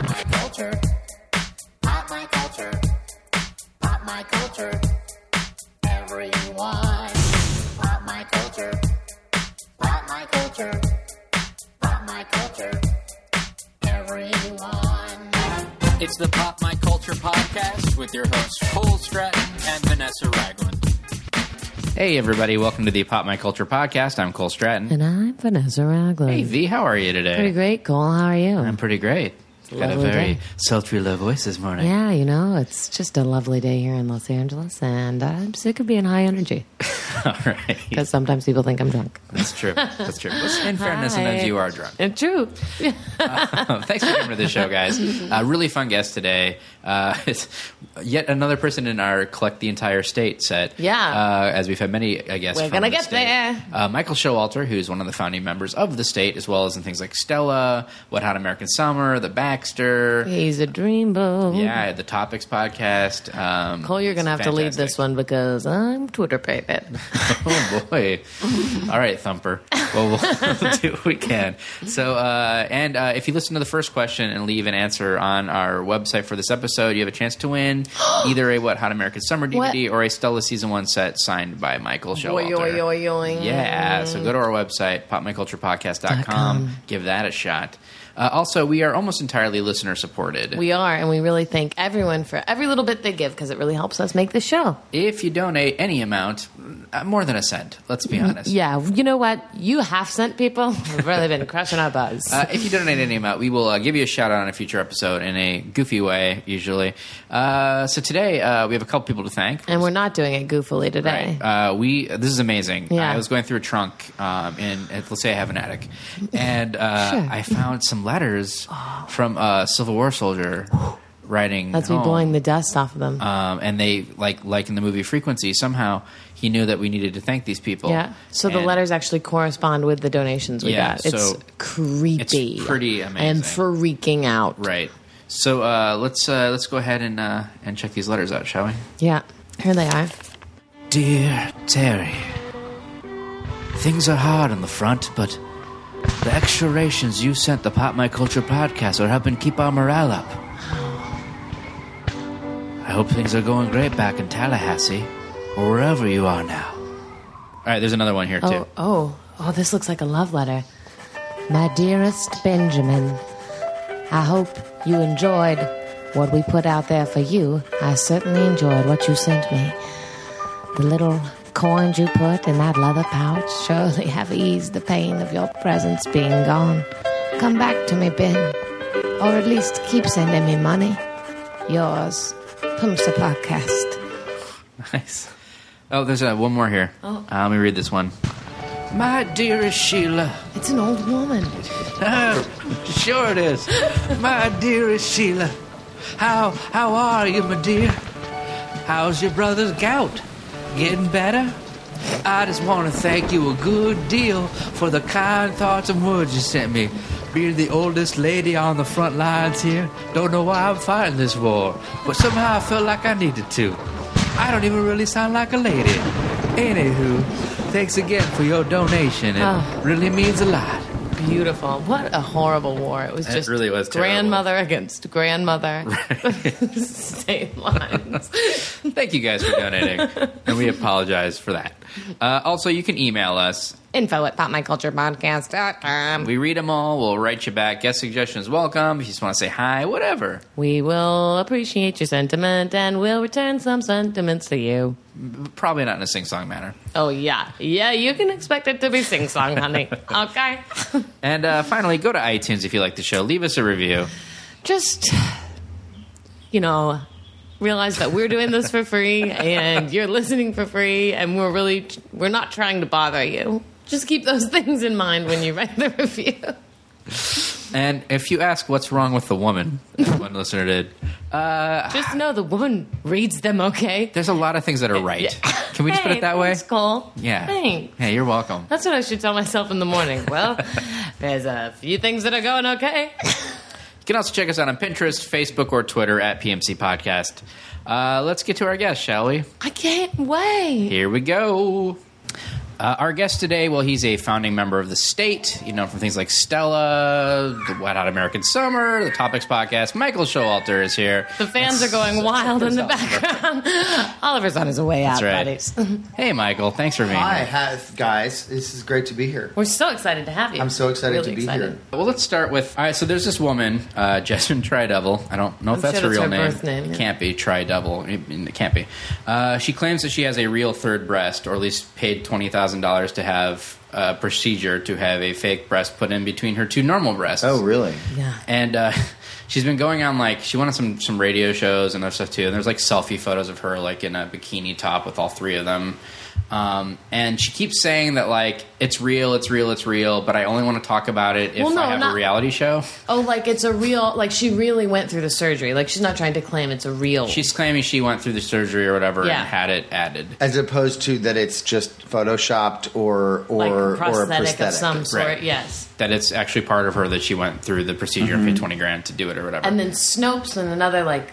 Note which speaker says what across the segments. Speaker 1: culture. Pop my culture. Pop my culture. Everyone. Pop my culture. Pop my culture. Pop my culture. Everyone.
Speaker 2: It's the Pop My Culture podcast with your hosts Cole Stratton and Vanessa Ragland.
Speaker 3: Hey, everybody. Welcome to the Pop My Culture podcast. I'm Cole Stratton.
Speaker 4: And I'm Vanessa Ragland.
Speaker 3: Hey, V, how are you today?
Speaker 4: Pretty great, Cole. How are you?
Speaker 3: I'm pretty great. Got a
Speaker 4: lovely
Speaker 3: very
Speaker 4: day.
Speaker 3: sultry low voice this morning.
Speaker 4: yeah, you know, it's just a lovely day here in Los Angeles, and I'm sick of being high energy
Speaker 3: All right.
Speaker 4: because sometimes people think I'm drunk.
Speaker 3: That's true. That's true. In fairness, sometimes
Speaker 4: Hi.
Speaker 3: you are drunk.
Speaker 4: It's Eh, true.
Speaker 3: Thanks for coming to the show, guys. Uh, really fun guest today. Uh, it's yet another person in our collect the entire state set.
Speaker 4: Yeah.
Speaker 3: Uh, as we've had many, I guess.
Speaker 4: We're
Speaker 3: from
Speaker 4: gonna
Speaker 3: the
Speaker 4: get
Speaker 3: state.
Speaker 4: there.
Speaker 3: Uh, Michael Showalter, who's one of the founding members of the state, as well as in things like Stella, What Hot American Summer, The Baxter.
Speaker 4: He's a dreamboat.
Speaker 3: Yeah, the Topics podcast. Um,
Speaker 4: Cole, you're going to have
Speaker 3: it's
Speaker 4: to leave this
Speaker 3: fantastic.
Speaker 4: one because I'm Twitter private.
Speaker 3: Oh boy! All right, Thumper. Well, we'll do what we can. So, uh, and uh, if you listen to the first question and leave an answer on our website for this episode, you have a chance to win either a What Hot American Summer DVD or a Stella Season One set signed by Michael Showalter. Yeah, so go to our website, popmyculturepodcast.com. Give that a shot. Uh, also, we are almost entirely listener supported.
Speaker 4: We are, and we really thank everyone for every little bit they give because it really helps us make the show.
Speaker 3: if you donate any amount, uh, more than a cent, let's be honest.
Speaker 4: Yeah, you know what? You half sent people have really been crushing our buzz.
Speaker 3: Uh, if you donate any amount, we will uh, give you a shout out on a future episode in a goofy way, usually. Uh, so today uh, we have a couple people to thank.
Speaker 4: and we're not doing it goofily today.
Speaker 3: Uh, we this is amazing.
Speaker 4: Yeah.
Speaker 3: I was going through a trunk, um, in at- let's say I have an attic, and uh,
Speaker 4: Sure.
Speaker 3: I found some letters from a Civil War soldier writing.
Speaker 4: Let's
Speaker 3: home.
Speaker 4: be blowing the dust off of them.
Speaker 3: Um, and they like like in the movie Frequency. Somehow he knew that we needed to thank these people.
Speaker 4: Yeah. So the
Speaker 3: And-
Speaker 4: letters actually correspond with the donations we
Speaker 3: Yeah,
Speaker 4: got. It's
Speaker 3: so
Speaker 4: creepy.
Speaker 3: it's pretty
Speaker 4: I am
Speaker 3: amazing.
Speaker 4: freaking out.
Speaker 3: Right. So uh, let's uh, let's go ahead and uh, and check these letters out, shall we?
Speaker 4: Yeah. Here they are.
Speaker 3: Dear Terry, things are hard on the front, but the extra rations you sent the Pop My Culture podcast are helping keep our morale up. I hope things are going great back in Tallahassee, or wherever you are now. All right, there's another one here, too.
Speaker 4: Oh, oh, oh, this looks like a love letter. My dearest Benjamin, I hope you enjoyed what we put out there for you. I certainly enjoyed what you sent me. The little coins you put in that leather pouch surely have eased the pain of your presence being gone. Come back to me, Ben, or at least keep sending me money. Yours, Pumsa Podcast.
Speaker 3: Nice. Oh, there's uh, one more here. Uh, let me read this one. My dearest Sheila.
Speaker 4: It's an old woman.
Speaker 3: Oh, sure it is. My dearest Sheila, how how are you, my dear? How's your brother's gout? Getting better? I just want to thank you a good deal for the kind thoughts and words you sent me. Being the oldest lady on the front lines here, don't know why I'm fighting this war, but somehow I felt like I needed to. I don't even really sound like a lady. Anywho, thanks again for your donation. It
Speaker 4: Oh.
Speaker 3: really means a lot.
Speaker 4: Beautiful. What a horrible war. It was
Speaker 3: It
Speaker 4: just
Speaker 3: really was terrible.
Speaker 4: grandmother against grandmother. Same lines.
Speaker 3: Thank you guys for donating, and we apologize for that. Uh, also, you can email us.
Speaker 4: Info at popmyculturepodcast.com.
Speaker 3: We read them all. We'll write you back. Guest suggestions welcome. If you just want to say hi, whatever.
Speaker 4: We will appreciate your sentiment and we'll return some sentiments to you.
Speaker 3: Probably not in a sing-song manner.
Speaker 4: Oh, yeah. Yeah, you can expect it to be sing song, honey. okay?
Speaker 3: And uh, finally, go to iTunes if you like the show. Leave us a review.
Speaker 4: Just, you know, realize that we're doing this for free and you're listening for free and we're really, we're not trying to bother you. Just keep those things in mind when you write the review.
Speaker 3: And if you ask what's wrong with the woman, as one listener did,
Speaker 4: Just know the woman reads them okay.
Speaker 3: there's a lot of things that are right. Can we just put
Speaker 4: Hey,
Speaker 3: it that way?
Speaker 4: thanks, Cole.
Speaker 3: Yeah.
Speaker 4: Thanks.
Speaker 3: Hey, you're welcome.
Speaker 4: That's what I should tell myself in the morning. Well, there's a few things that are going okay.
Speaker 3: You can also check us out on Pinterest, Facebook, or Twitter at PMC Podcast. Uh, let's get to our guest, shall we?
Speaker 4: I can't wait.
Speaker 3: Here we go. Uh, our guest today, well, he's a founding member of the state, you know, from things like Stella, the Wet Hot American Summer, the Topics Podcast. Michael Showalter is here.
Speaker 4: The fans are going wild in the background. Oliver's on his way out,
Speaker 3: That's right.
Speaker 4: buddies.
Speaker 3: Hey, Michael. Thanks for being
Speaker 5: Hi,
Speaker 3: here.
Speaker 5: hi, guys. This is great to be here.
Speaker 4: We're so excited to have you.
Speaker 5: I'm so excited
Speaker 4: Really
Speaker 5: to be
Speaker 4: excited.
Speaker 5: here.
Speaker 3: Well, let's start with. All right, so there's this woman, uh, Jesmine Tridevil. I don't know if
Speaker 4: I'm
Speaker 3: that's
Speaker 4: sure
Speaker 3: her real
Speaker 4: that's her
Speaker 3: name.
Speaker 4: birth name,
Speaker 3: It
Speaker 4: yeah.
Speaker 3: can't be Tridevil. I mean, It can't be. Uh, she claims that she has a real third breast, or at least paid twenty thousand dollars to have a procedure to have a fake breast put in between her two normal breasts.
Speaker 5: Oh,
Speaker 4: Oh,
Speaker 5: really?
Speaker 4: Yeah.
Speaker 3: And uh, she's been going on like she went on some some radio shows and other stuff too. And there's like selfie photos of her like in a bikini top with all three of them. Um, and she keeps saying that like it's real, it's real, it's real. But I only want to talk about it if
Speaker 4: Well, no,
Speaker 3: I have
Speaker 4: not-
Speaker 3: a reality show.
Speaker 4: Oh, like it's a real, like she really went through the surgery. Like she's not trying to claim it's a real.
Speaker 3: She's claiming she went through the surgery or whatever
Speaker 4: Yeah.
Speaker 3: and had it added.
Speaker 5: As opposed to that, it's just photoshopped or or
Speaker 4: like
Speaker 5: or a
Speaker 4: prosthetic,
Speaker 5: prosthetic.
Speaker 4: of some sort,
Speaker 3: Right.
Speaker 4: yes.
Speaker 3: That it's actually part of her that she went through the procedure and paid twenty grand to do it or whatever.
Speaker 4: Mm-hmm. And then Snopes and another like,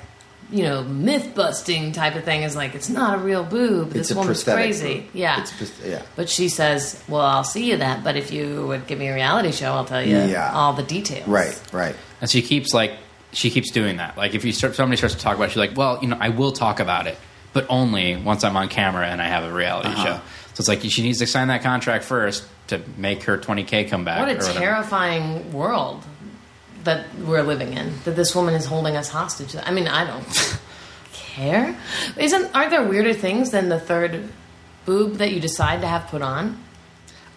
Speaker 4: you know, myth busting type of thing is like it's not a real boob.
Speaker 5: It's
Speaker 4: This
Speaker 5: a
Speaker 4: woman's
Speaker 5: prosthetic.
Speaker 4: crazy. Yeah.
Speaker 5: It's pros- yeah.
Speaker 4: But she says, "Well, I'll see you that, but if you would give me a reality show, I'll tell you
Speaker 5: Yeah.
Speaker 4: all the details."
Speaker 5: Right, right.
Speaker 3: And she keeps like she keeps doing that. Like if you start, somebody starts to talk about it, she's like, "Well, you know, I will talk about it, but only once I'm on camera and I have a reality
Speaker 5: Uh-huh.
Speaker 3: show." So it's like she needs to sign that contract first to make her 20k come back.
Speaker 4: What a
Speaker 3: or whatever.
Speaker 4: terrifying world that we're living in. That this woman is holding us hostage. I mean, I don't care. Isn't aren't there weirder things than the third boob that you decide to have put on?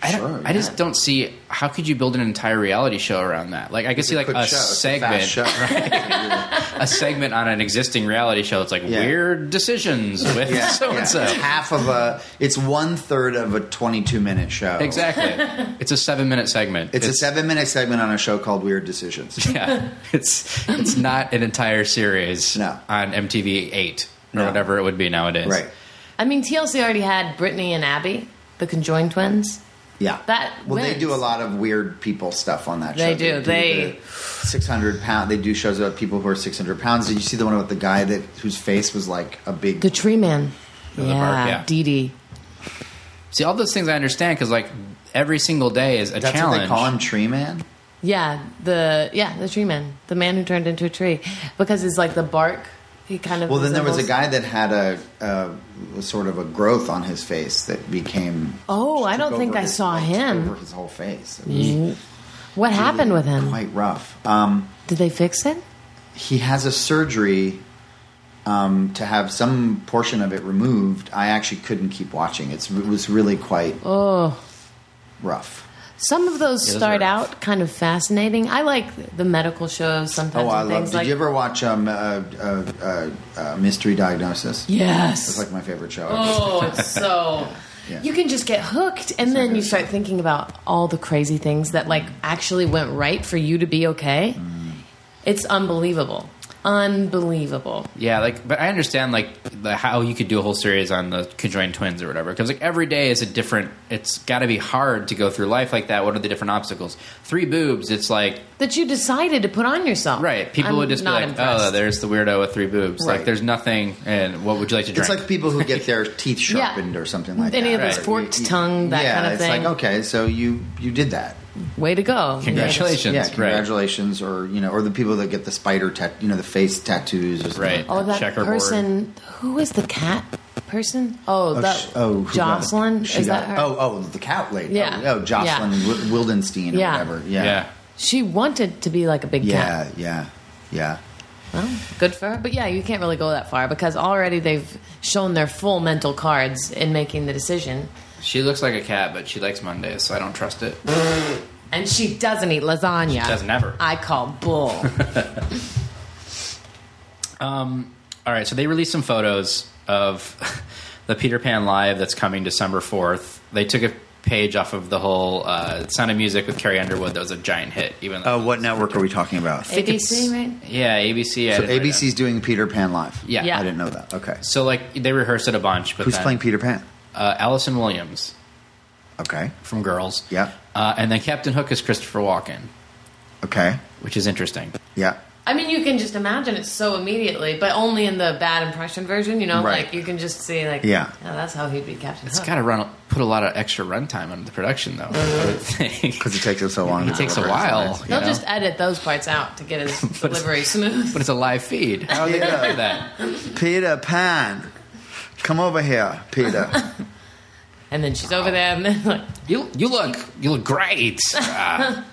Speaker 3: I, don't,
Speaker 5: Sure,
Speaker 3: I just don't see how could you build an entire reality show around that. Like I could see like
Speaker 5: Quick
Speaker 3: a
Speaker 5: show. It's
Speaker 3: segment,
Speaker 5: fast show.
Speaker 3: a segment on an existing reality show. It's like
Speaker 5: Yeah.
Speaker 3: weird decisions with
Speaker 5: Yeah,
Speaker 3: so
Speaker 5: yeah.
Speaker 3: and so.
Speaker 5: It's half of a. It's one third of a 22 minute show.
Speaker 3: Exactly. It's a seven minute segment.
Speaker 5: It's, a seven minute segment on a show called Weird Decisions.
Speaker 3: Yeah, it's it's not an entire series
Speaker 5: No.
Speaker 3: on MTV Eight or
Speaker 5: No.
Speaker 3: whatever it would be nowadays.
Speaker 5: right.
Speaker 4: I mean, TLC already had Brittany and Abby, the conjoined twins.
Speaker 5: Yeah.
Speaker 4: That
Speaker 5: well, they
Speaker 4: wins.
Speaker 5: do a lot of weird people stuff on that.
Speaker 4: They
Speaker 5: show.
Speaker 4: do. They-
Speaker 5: six hundred pound. They do shows about people who are six hundred pounds. Did you see the one with the guy that whose face was like a big?
Speaker 4: The Tree Man.
Speaker 3: the bark, yeah.
Speaker 4: Dee Dee.
Speaker 3: See, all those things I understand because like every single day is a
Speaker 5: That's
Speaker 3: challenge.
Speaker 5: what they call him, Tree Man.
Speaker 4: Yeah, the yeah, the tree man, the man who turned into a tree, because it's like the bark. He kind of
Speaker 5: Well, then there was a
Speaker 4: resembles-
Speaker 5: guy that had a, a, a sort of a growth on his face that became.
Speaker 4: Oh, I
Speaker 5: took
Speaker 4: don't think
Speaker 5: over
Speaker 4: I
Speaker 5: his-
Speaker 4: saw
Speaker 5: took
Speaker 4: him.
Speaker 5: Over his whole face. It was
Speaker 4: What happened with him?
Speaker 5: Quite rough. Um,
Speaker 4: Did they fix it?
Speaker 5: he has a surgery um, to have some portion of it removed. I actually couldn't keep watching. It's, it was really quite
Speaker 4: Oh,
Speaker 5: rough.
Speaker 4: some of those
Speaker 3: Yeah, those
Speaker 4: start
Speaker 3: are-
Speaker 4: out kind of fascinating. I like the medical shows sometimes.
Speaker 5: Oh, I
Speaker 4: and
Speaker 5: love.
Speaker 4: things
Speaker 5: Did
Speaker 4: like,
Speaker 5: you ever watch um, uh, uh, uh, uh, Mystery Diagnosis?
Speaker 4: Yes.
Speaker 5: It's like my favorite show.
Speaker 4: oh, it's so.
Speaker 5: Yeah.
Speaker 4: You can just get hooked, and then you start thinking about all the crazy things that like actually went right for you to be okay. It's unbelievable, unbelievable.
Speaker 3: Yeah, like, but I understand like the, how you could do a whole series on the conjoined twins or whatever because like every day is a different. It's got to be hard to go through life like that. What are the different obstacles? Three boobs. It's like
Speaker 4: that you decided to put on yourself.
Speaker 3: right. People
Speaker 4: I'm
Speaker 3: would just be
Speaker 4: not
Speaker 3: like,
Speaker 4: impressed.
Speaker 3: "Oh, there's the weirdo with three boobs." Like,
Speaker 5: Right.
Speaker 3: there's nothing. And what would you like to drink?
Speaker 5: It's like people who get their teeth
Speaker 4: Yeah.
Speaker 5: sharpened or something like
Speaker 4: Any
Speaker 5: that.
Speaker 4: of those
Speaker 3: Right.
Speaker 4: forked
Speaker 5: You- you-
Speaker 4: tongue, that
Speaker 5: yeah,
Speaker 4: kind of
Speaker 5: it's
Speaker 4: thing.
Speaker 5: like okay, so you you did that.
Speaker 4: Way to go!
Speaker 3: Congratulations.
Speaker 5: Yeah,
Speaker 3: Right.
Speaker 5: congratulations, or you know, or the people that get the spider tat, you know, the face tattoos, or something
Speaker 3: Right.
Speaker 5: like that.
Speaker 4: Oh, that
Speaker 3: Checkerboard.
Speaker 4: person. Who is the cat person? Oh,
Speaker 5: Oh,
Speaker 4: that
Speaker 5: sh- oh, who got it?
Speaker 4: Jocelyn.
Speaker 5: She
Speaker 4: is
Speaker 5: got
Speaker 4: that
Speaker 5: it.
Speaker 4: her?
Speaker 5: Oh, oh, the cat lady.
Speaker 4: Yeah.
Speaker 5: Oh, oh, Jocelyn Wi- Wildenstein or
Speaker 4: Yeah.
Speaker 5: whatever. Yeah.
Speaker 3: yeah.
Speaker 4: she wanted to be like a big
Speaker 5: Yeah,
Speaker 4: cat.
Speaker 5: yeah, yeah.
Speaker 4: Well, good for her. But yeah, you can't really go that far because already they've shown their full mental cards in making the decision.
Speaker 3: She looks like a cat, but she likes Mondays, so I don't trust it.
Speaker 4: And she doesn't eat lasagna.
Speaker 3: doesn't ever.
Speaker 4: I call bull.
Speaker 3: All right, so they released some photos of the Peter Pan live that's coming December fourth. They took a page off of the whole uh, Sound of Music with Carrie Underwood that was a giant hit. Even though
Speaker 5: Uh, what network are we talking about? So
Speaker 4: ABC, right?
Speaker 3: yeah, ABC. I didn't write
Speaker 5: ABC's doing Peter Pan live.
Speaker 3: Yeah. Yeah.
Speaker 5: I didn't know that. Okay,
Speaker 3: down. So like they rehearsed it a bunch, but
Speaker 5: who's
Speaker 3: then,
Speaker 5: playing Peter Pan?
Speaker 3: Uh, Allison Williams
Speaker 5: Okay,
Speaker 3: from Girls.
Speaker 5: Yeah.
Speaker 3: uh, and then Captain Hook is Christopher Walken,
Speaker 5: okay,
Speaker 3: which is interesting.
Speaker 5: yeah.
Speaker 4: I I mean, you can just imagine it so immediately, but only in the bad impression version. You know,
Speaker 5: Right.
Speaker 4: like you can just see, like,
Speaker 5: Yeah.
Speaker 4: "Oh, that's how he'd be Captain.
Speaker 3: It's
Speaker 4: Hook."
Speaker 3: got to run put a lot of extra runtime into the production though. I would think.
Speaker 5: because it takes us so long.
Speaker 3: It
Speaker 5: to
Speaker 3: takes a
Speaker 5: deliver it.
Speaker 3: while. you
Speaker 4: They'll
Speaker 3: know?
Speaker 4: just edit those parts out to get his
Speaker 3: But it's-
Speaker 4: delivery smooth.
Speaker 3: but it's a live feed.
Speaker 4: Oh.
Speaker 3: How are they gonna do that?
Speaker 5: Peter Pan, come over here, Peter.
Speaker 4: And then she's over there, and then like,
Speaker 3: You you look you look great. Ah.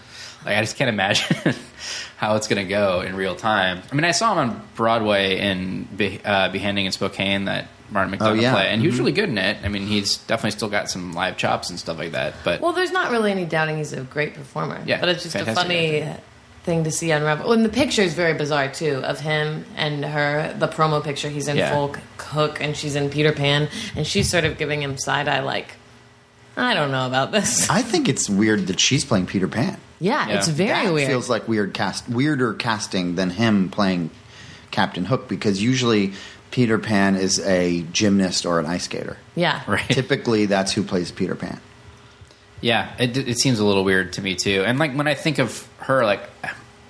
Speaker 3: like I just can't imagine how it's gonna go in real time. I mean, I saw him on Broadway in Be- uh, Behanding in Spokane that Martin McDonough
Speaker 5: Oh, yeah.
Speaker 3: play, and he was really good in it. I mean, he's definitely still got some live chops and stuff like that. But
Speaker 4: well, there's not really any doubting he's a great performer.
Speaker 3: Yeah,
Speaker 4: but it's just a
Speaker 3: fantastic
Speaker 4: funny thing to see unravel. Well, and the picture is very bizarre too of him and her. The promo picture, he's in
Speaker 3: Yeah.
Speaker 4: full cook, and she's in Peter Pan, and she's sort of giving him side eye, like, "I don't know about this."
Speaker 5: I think it's weird that she's playing Peter Pan.
Speaker 4: yeah,
Speaker 3: Yeah.
Speaker 4: it's very
Speaker 5: That
Speaker 4: weird.
Speaker 5: Feels like weird cast, weirder casting than him playing Captain Hook because usually Peter Pan is a gymnast or an ice skater.
Speaker 4: yeah,
Speaker 3: right.
Speaker 5: Typically, that's who plays Peter Pan.
Speaker 3: Yeah, it, it seems a little weird to me too. And like when I think of her, like,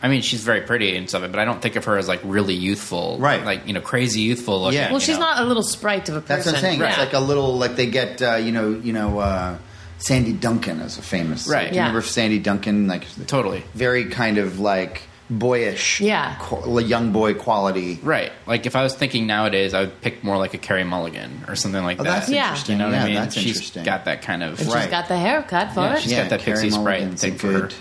Speaker 3: I mean, she's very pretty and stuff, but I don't think of her as like really youthful,
Speaker 5: Right.
Speaker 3: Like you know, crazy youthful. Looking,
Speaker 5: Yeah.
Speaker 3: you
Speaker 4: Well, she's
Speaker 3: know.
Speaker 4: not a little sprite of a person.
Speaker 5: That's what I'm saying. It's
Speaker 4: Yeah.
Speaker 5: like a little like they get uh, you know you know uh, Sandy Duncan is a famous
Speaker 3: Right.
Speaker 5: Do you
Speaker 4: Yeah.
Speaker 5: Remember Sandy Duncan like
Speaker 3: Totally.
Speaker 5: very kind of like boyish
Speaker 4: Yeah.
Speaker 5: qu- young boy quality.
Speaker 3: right. Like if I was thinking nowadays, I would pick more like a Carrie Mulligan or something like
Speaker 5: Oh,
Speaker 3: that.
Speaker 5: that's
Speaker 4: Yeah.
Speaker 5: interesting.
Speaker 3: You know what
Speaker 5: yeah,
Speaker 3: I mean?
Speaker 5: that's
Speaker 3: She's
Speaker 5: interesting.
Speaker 3: got that kind of
Speaker 4: She's
Speaker 5: Right.
Speaker 4: got the haircut for
Speaker 3: Yeah,
Speaker 4: it.
Speaker 3: she's got that
Speaker 5: Carey
Speaker 3: Pixie Sprite
Speaker 5: Mulligan's
Speaker 3: thing
Speaker 5: a
Speaker 3: for her.
Speaker 5: good,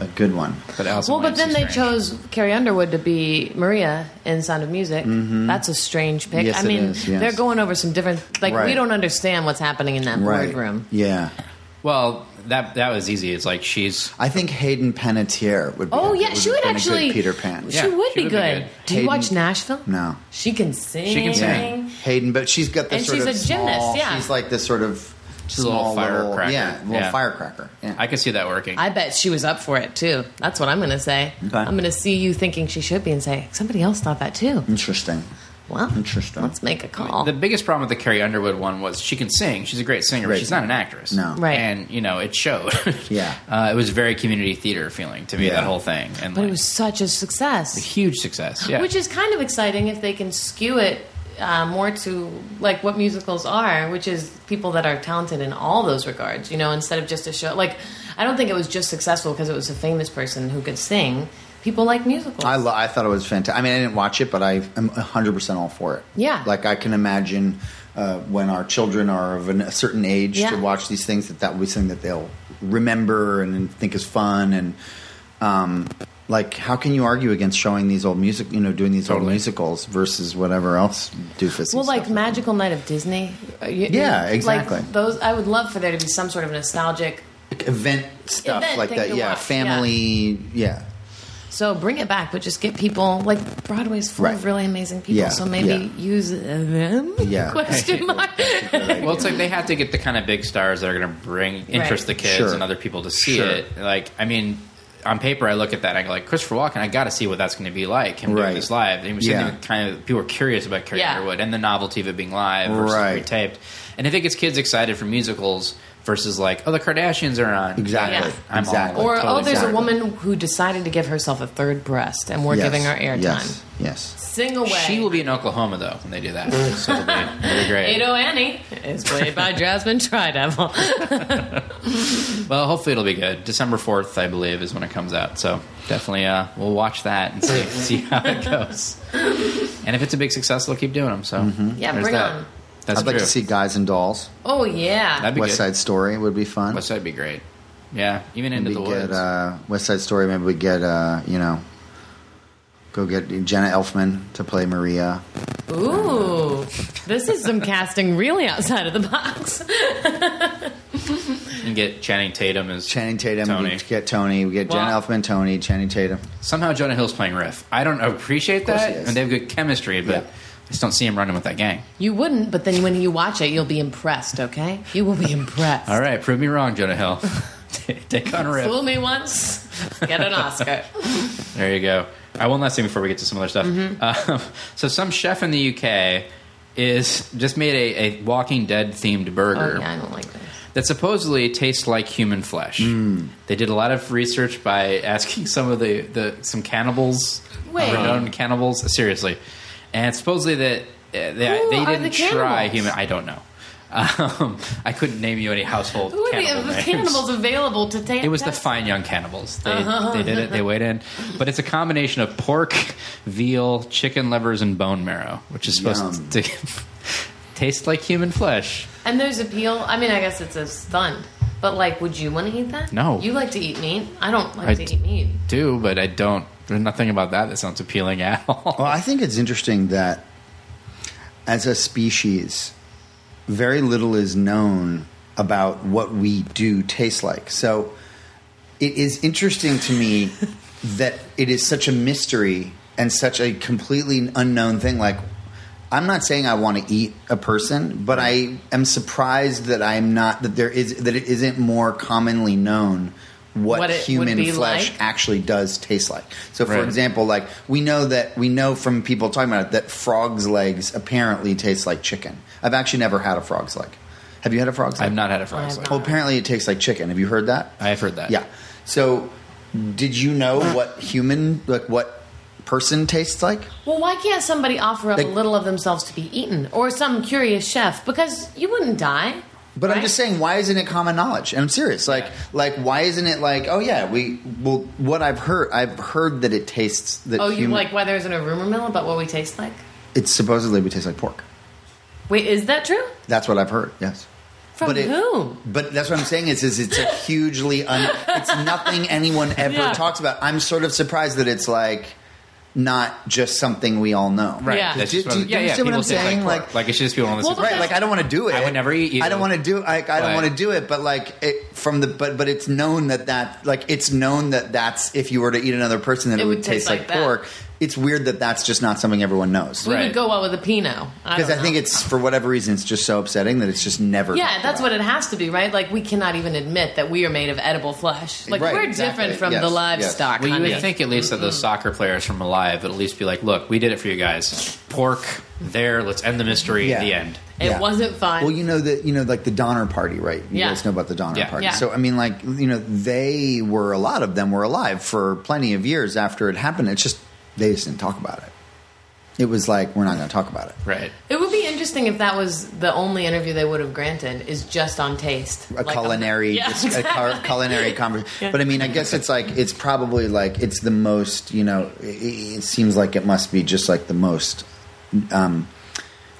Speaker 5: a good one.
Speaker 3: But Alison
Speaker 4: Well, but
Speaker 3: Williams
Speaker 4: then
Speaker 3: is
Speaker 4: they
Speaker 3: strange.
Speaker 4: chose Carrie Underwood to be Maria in Sound of Music. That's a strange pick.
Speaker 5: Mm-hmm. Yes,
Speaker 4: I
Speaker 5: it
Speaker 4: mean,
Speaker 5: is, yes.
Speaker 4: they're going over some different. Like we
Speaker 5: Right.
Speaker 4: don't understand what's happening in that
Speaker 5: Right.
Speaker 4: boardroom.
Speaker 5: Yeah.
Speaker 3: Well, that that was easy. It's like she's
Speaker 5: I think Hayden Panettiere would be.
Speaker 4: Oh
Speaker 5: a-
Speaker 4: yeah, she would
Speaker 5: have been a good
Speaker 4: actually.
Speaker 5: Peter Pan.
Speaker 4: She
Speaker 3: Yeah,
Speaker 4: would
Speaker 3: she would be
Speaker 4: be good.
Speaker 3: good.
Speaker 4: Do you
Speaker 5: Hayden-
Speaker 4: watch Nashville?
Speaker 5: No.
Speaker 4: She can sing.
Speaker 3: She can
Speaker 5: Yeah.
Speaker 3: sing.
Speaker 5: Hayden, but she's got this
Speaker 4: And
Speaker 5: sort
Speaker 4: she's a
Speaker 5: of
Speaker 4: gymnast,
Speaker 5: small-
Speaker 4: yeah.
Speaker 5: She's like this sort of
Speaker 3: a little
Speaker 5: small
Speaker 3: firecracker.
Speaker 5: Yeah, little
Speaker 3: Yeah.
Speaker 5: firecracker. Yeah.
Speaker 3: I could see that working.
Speaker 4: I bet she was up for it too. That's what I'm going to say.
Speaker 5: Okay.
Speaker 4: I'm going to see you thinking she should be and say somebody else thought that too.
Speaker 5: Interesting.
Speaker 4: Well,
Speaker 5: Interesting.
Speaker 4: Let's make a call.
Speaker 3: the biggest problem with the Carrie Underwood one was she can sing. She's a great singer, but
Speaker 5: Right.
Speaker 3: she's not an actress.
Speaker 5: No.
Speaker 4: Right.
Speaker 3: And you know, it showed.
Speaker 5: Yeah.
Speaker 3: Uh, it was very community theater feeling to me,
Speaker 5: Yeah.
Speaker 3: that whole thing. And
Speaker 4: but
Speaker 3: like,
Speaker 4: it was such a success.
Speaker 3: huge success. Yeah.
Speaker 4: Which is kind of exciting if they can skew it uh, more to like what musicals are, which is people that are talented in all those regards. You know, instead of just a show. Like, I don't think it was just successful because it was a famous person who could sing. People like musicals.
Speaker 5: I, lo- I thought it was fantastic. I mean, I didn't watch it, but I am 100% all for it.
Speaker 4: Yeah.
Speaker 5: Like, I can imagine uh, when our children are of an, a certain age
Speaker 4: Yeah.
Speaker 5: to watch these things, that that will be something that they'll remember and think is fun. And, um, like, how can you argue against showing these old music, you know, doing these old
Speaker 3: Totally.
Speaker 5: musicals versus whatever else doofus? and
Speaker 4: well, like
Speaker 5: stuff.
Speaker 4: Magical Night of Disney. Uh, you-
Speaker 5: Yeah,
Speaker 4: like,
Speaker 5: exactly.
Speaker 4: those, I would love for there to be some sort of nostalgic.
Speaker 5: Like event stuff
Speaker 4: Event
Speaker 5: like
Speaker 4: thing
Speaker 5: that.
Speaker 4: to
Speaker 5: Yeah.
Speaker 4: watch,
Speaker 5: Family. Yeah.
Speaker 4: So bring it back, but just get people like Broadway's full of
Speaker 5: Right.
Speaker 4: really amazing people.
Speaker 5: Yeah,
Speaker 4: So maybe
Speaker 5: yeah.
Speaker 4: use them?
Speaker 5: Yeah.
Speaker 4: Question mark.
Speaker 3: well, it's like they have to get the kind of big stars that are going to bring interest
Speaker 4: Right.
Speaker 3: the kids
Speaker 5: Sure.
Speaker 3: and other people to see
Speaker 5: Sure.
Speaker 3: it. Like, I mean, on paper, I look at that and I go, like, Christopher Walken, I got to see what that's going to be like him
Speaker 5: Right.
Speaker 3: doing this live. And it was
Speaker 5: Yeah.
Speaker 3: something that kind of people were curious about Carrie
Speaker 4: Yeah.
Speaker 3: Underwood and the novelty of it being live versus
Speaker 5: Right.
Speaker 3: retaped. And I think it's kids excited for musicals versus like, oh, the Kardashians are on
Speaker 5: Exactly.
Speaker 4: Yeah.
Speaker 3: I'm all
Speaker 5: Exactly.
Speaker 4: Or
Speaker 3: Totally
Speaker 4: oh, there's
Speaker 5: exactly.
Speaker 4: a woman who decided to give herself a third breast, and we're
Speaker 5: Yes,
Speaker 4: giving her airtime.
Speaker 5: Yes. Yes.
Speaker 4: Sing away.
Speaker 3: She will be in Oklahoma though when they do that. so it'll be, it'll be great.
Speaker 4: 80 Annie is played by Jasmine Tridevil.
Speaker 3: Well, hopefully it'll be good. December fourth, I believe, is when it comes out. So definitely, uh, we'll watch that and see, see how it goes. And if it's a big success, they'll keep doing them. So
Speaker 4: Yeah,
Speaker 3: there's
Speaker 4: bring
Speaker 3: that.
Speaker 4: on.
Speaker 3: That's
Speaker 5: Mm-hmm. I'd like
Speaker 3: true.
Speaker 5: to see Guys and Dolls.
Speaker 4: Oh yeah,
Speaker 3: That'd be
Speaker 5: West
Speaker 3: good.
Speaker 5: Side Story would be fun.
Speaker 3: West Side be great. Yeah, even into
Speaker 5: we
Speaker 3: the
Speaker 5: get
Speaker 3: woods.
Speaker 5: uh, West Side Story. Maybe we get uh, you know, go get Jenna Elfman to play Maria.
Speaker 4: ooh, this is some casting really outside of the box.
Speaker 3: and get Channing Tatum as
Speaker 5: Channing Tatum.
Speaker 3: Tony.
Speaker 5: We get Tony. We get
Speaker 4: Wow.
Speaker 5: Jenna Elfman, Tony, Channing Tatum.
Speaker 3: Somehow Jonah Hill's playing Riff. I don't appreciate
Speaker 5: course
Speaker 3: that,
Speaker 5: he is.
Speaker 3: and they have good chemistry, but
Speaker 5: Yeah.
Speaker 3: I just don't see him running with that gang.
Speaker 4: You wouldn't, but then when you watch it, you'll be impressed. Okay, you will be impressed.
Speaker 3: All right, prove me wrong, Jonah Hill. Take on Riff.
Speaker 4: Fool me once, get an Oscar.
Speaker 3: There you go. Uh, one last thing before we get to some other stuff.
Speaker 4: Mm-hmm.
Speaker 3: Um, so, some chef in the UK is just made a, a Walking Dead themed burger
Speaker 4: oh yeah, I don't like this.
Speaker 3: that supposedly taste like human flesh. They did a lot of research by asking some of the, the some cannibals,
Speaker 4: Wait.
Speaker 3: renowned cannibals, seriously, and supposedly that uh, they,
Speaker 4: Who
Speaker 3: they
Speaker 4: are
Speaker 3: didn't
Speaker 4: the
Speaker 3: try
Speaker 4: cannibals?
Speaker 3: human. I don't know. Um, I couldn't name you any household
Speaker 4: Who are
Speaker 3: cannibal
Speaker 4: the
Speaker 3: names.
Speaker 4: cannibals available to take?
Speaker 3: It was the fine young cannibals. They, they did it. They weighed in, but it's a combination of pork, veal, chicken livers, and bone marrow, which is supposed
Speaker 5: Yum.
Speaker 3: to taste like human flesh.
Speaker 4: And there's a peel. I mean, I guess it's a stunned. But like, would you want to eat that?
Speaker 3: No.
Speaker 4: You like to eat meat. I don't like
Speaker 3: I
Speaker 4: to
Speaker 3: d-
Speaker 4: eat meat.
Speaker 3: Do, but I don't. There's nothing about that that sounds appealing at all.
Speaker 5: Well, I think it's interesting that as a species, very little is known about what we do taste like. So it is interesting to me that it is such a mystery and such a completely unknown thing. Like, I'm not saying I want to eat a person, but I am surprised that I'm not that there is that it isn't more commonly known what,
Speaker 4: What it would
Speaker 5: human
Speaker 4: be
Speaker 5: flesh
Speaker 4: like?
Speaker 5: actually does taste like. So, for
Speaker 3: Right.
Speaker 5: example, like we know that we know from people talking about it that frogs' legs apparently taste like chicken. I've actually never had a frog's leg. Have you had a frog's leg?
Speaker 3: I've not had a frog's
Speaker 4: I
Speaker 3: leg.
Speaker 4: have
Speaker 5: Well, apparently it tastes like chicken. Have you heard that?
Speaker 3: I have heard that.
Speaker 5: Yeah. So, did you know what human, like what person tastes like?
Speaker 4: Well, why can't somebody offer up
Speaker 5: They-
Speaker 4: a little of themselves to be eaten, or some curious chef? Because you wouldn't die.
Speaker 5: But I'm
Speaker 4: right?
Speaker 5: just saying, why isn't it common knowledge? And I'm serious. Like, like why isn't it like, oh yeah, we well, what I've heard, I've heard that it tastes that
Speaker 4: Oh, you
Speaker 5: human,
Speaker 4: like why there isn't a rumor mill about what we taste like?
Speaker 5: it's supposedly we taste like pork.
Speaker 4: Wait, is that true?
Speaker 5: That's what I've heard. Yes.
Speaker 4: From
Speaker 5: but it-
Speaker 4: whom?
Speaker 5: But that's what I'm saying is, is it's a hugely un, it's nothing anyone ever
Speaker 4: Yeah.
Speaker 5: talks about. I'm sort of surprised that it's like not just something we all know.
Speaker 3: Right.
Speaker 4: Yeah.
Speaker 3: That's
Speaker 5: Do-
Speaker 3: just what I was-
Speaker 5: do-
Speaker 3: yeah,
Speaker 5: do you
Speaker 3: yeah.
Speaker 5: see what
Speaker 3: People
Speaker 5: I'm
Speaker 3: say it's
Speaker 5: saying?
Speaker 3: Like,
Speaker 5: Like-
Speaker 3: pork. like it's just people on the
Speaker 4: Well,
Speaker 3: system.
Speaker 5: right like i don't want to do it
Speaker 3: I would never eat
Speaker 5: i
Speaker 3: either.
Speaker 5: don't want to do like i don't
Speaker 3: But-
Speaker 5: want to do it but like it, from the but but it's known that that like it's known that that's if you were to eat another person that it, would taste like,
Speaker 4: that.
Speaker 5: pork it's weird that that's just not something everyone knows
Speaker 4: We
Speaker 3: Right.
Speaker 4: would go well with a pinot.
Speaker 5: because
Speaker 4: don't
Speaker 5: i think
Speaker 4: know.
Speaker 5: it's for whatever reason it's just so upsetting that it's just never
Speaker 4: Yeah,
Speaker 5: talked
Speaker 4: that's
Speaker 5: about.
Speaker 4: what it has to be, right? Like we cannot even admit that we are made of edible flesh. Like
Speaker 5: Right,
Speaker 4: we're
Speaker 5: exactly.
Speaker 4: different from
Speaker 5: Yes,
Speaker 4: the
Speaker 5: yes.
Speaker 4: livestock.
Speaker 3: Well, you
Speaker 4: honey.
Speaker 3: would think at least that those soccer players from Alive would at least be like, "Look, we did it for you guys. Pork there. Let's end the mystery.
Speaker 5: Yeah.
Speaker 3: The end."
Speaker 4: it
Speaker 5: yeah.
Speaker 4: wasn't fun.
Speaker 5: well you know that you know like the donner party right you
Speaker 4: Yeah.
Speaker 5: guys know about the donner
Speaker 3: Yeah.
Speaker 5: party
Speaker 4: Yeah.
Speaker 5: so i mean like you know they were a lot of them were alive for plenty of years after it happened it's just they just didn't talk about it it was like we're not going to talk about it
Speaker 3: Right.
Speaker 4: It would be interesting if that was the only interview they would have granted is just on taste,
Speaker 5: a
Speaker 4: Like,
Speaker 5: culinary
Speaker 4: Yeah,
Speaker 5: dis- a cul- culinary conversation. But I mean, I guess it's like it's probably like it's the most you know. i- i- It, it seems like it must be just like the most um,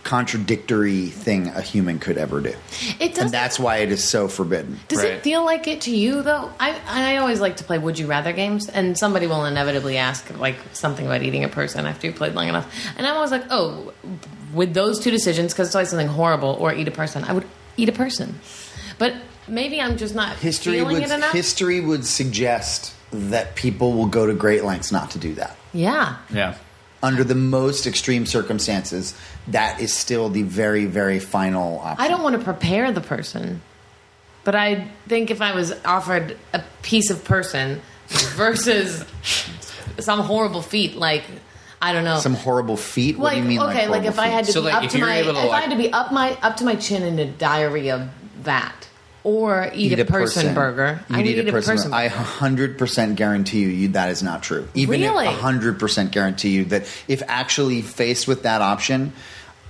Speaker 5: contradictory thing a human could ever do,
Speaker 4: It
Speaker 5: and
Speaker 4: does.
Speaker 5: that's why it is so forbidden.
Speaker 4: Does
Speaker 3: Right.
Speaker 4: it feel like it to you though? I I always like to play Would You Rather games, and somebody will inevitably ask like something about eating a person after you've played long enough, and I'm always like, oh, with those two decisions, because it's always something horrible or eat a person. I would eat a person, but maybe I'm just not
Speaker 5: History
Speaker 4: feeling
Speaker 5: would
Speaker 4: it enough.
Speaker 5: history would suggest that people will go to great lengths not to do that.
Speaker 4: yeah,
Speaker 3: Yeah.
Speaker 5: Under the most extreme circumstances, that is still the very, very final option.
Speaker 4: I don't want to prepare the person, but I think if I was offered a piece of person versus some horrible feat, like I don't know,
Speaker 5: some horrible feat. what do you mean?
Speaker 4: okay, like,
Speaker 5: horrible
Speaker 4: if I
Speaker 5: feat?
Speaker 4: had to
Speaker 3: So,
Speaker 4: be
Speaker 3: like,
Speaker 4: up
Speaker 3: if
Speaker 4: to
Speaker 3: you're
Speaker 4: my
Speaker 3: able to,
Speaker 4: if I
Speaker 3: like-
Speaker 4: had to be up my up to my chin in a diarrhea vat or eat, a, person, burger,
Speaker 5: You'd
Speaker 4: I would
Speaker 5: eat, a person. I hundred percent guarantee you, you that is not true. Even
Speaker 4: Really?
Speaker 5: if hundred percent guarantee you that if actually faced with that option,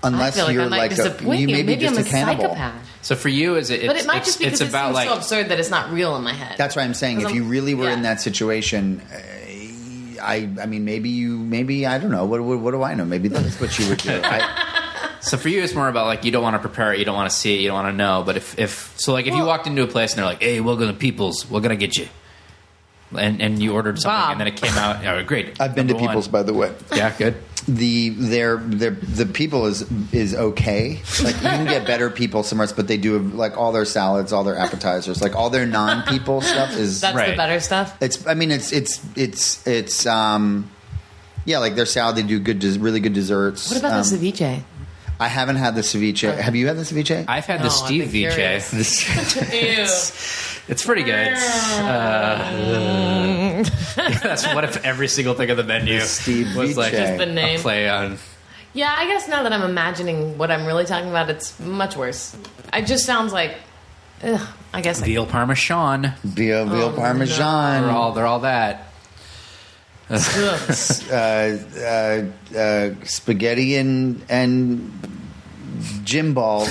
Speaker 5: unless
Speaker 4: feel like I
Speaker 5: you're
Speaker 4: might
Speaker 5: like a,
Speaker 4: disappoint
Speaker 5: you
Speaker 4: you.
Speaker 5: may be
Speaker 4: Maybe
Speaker 5: just
Speaker 4: I'm a
Speaker 5: cannibal.
Speaker 4: psychopath.
Speaker 3: So for you, is it? It's,
Speaker 4: But it might
Speaker 3: it's,
Speaker 4: just because
Speaker 3: it's
Speaker 4: it
Speaker 3: about
Speaker 4: seems
Speaker 3: like
Speaker 4: so absurd that it's not real in my head.
Speaker 5: That's what I'm saying. If
Speaker 4: Because
Speaker 5: you
Speaker 4: I'm-
Speaker 5: really were in
Speaker 4: yeah.
Speaker 5: that situation. Uh, I, I mean, maybe you, maybe I don't know. What, what, what do I know? Maybe that's what you would do. I,
Speaker 3: So for you, it's more about like you don't want to prepare it, you don't want to see it, you don't want to know. But if if so, like if you
Speaker 4: Well-
Speaker 3: walked into a place and they're like, "Hey, welcome to Peoples, we're gonna get you," and and you ordered something
Speaker 4: Bob.
Speaker 3: and then it came out, oh, great.
Speaker 5: I've been to
Speaker 3: number one.
Speaker 5: people's, by the way.
Speaker 3: Yeah, good.
Speaker 5: the their their the people is is okay. Like you can get better people somewhere else, but they do like all their salads, all their appetizers, like all their non people stuff is
Speaker 4: That's
Speaker 3: Right.
Speaker 4: the better stuff.
Speaker 5: it's. I mean, it's it's it's it's um yeah, like their salad. They do good, des- really good desserts.
Speaker 4: What about E
Speaker 5: um,
Speaker 4: the ceviche?
Speaker 5: I haven't had the ceviche. Have you had the ceviche?
Speaker 3: I've had
Speaker 4: No,
Speaker 3: the Steve
Speaker 4: Oh, I've been curious.
Speaker 3: VJ. It's pretty good. It's, uh, that's what if every single thing on the menu
Speaker 5: Steve
Speaker 3: was like
Speaker 5: VJ. Just
Speaker 4: the
Speaker 3: a
Speaker 4: name.
Speaker 3: play on.
Speaker 4: Yeah, I guess now that I'm imagining what I'm really talking about, it's much worse. It just sounds like Ugh, I guess I,
Speaker 3: Veal Parmesan.
Speaker 5: Veal, veal
Speaker 4: Oh,
Speaker 5: parmesan,
Speaker 3: They're all they're all that.
Speaker 4: ugh.
Speaker 5: uh, uh, uh, spaghetti and and gym balls,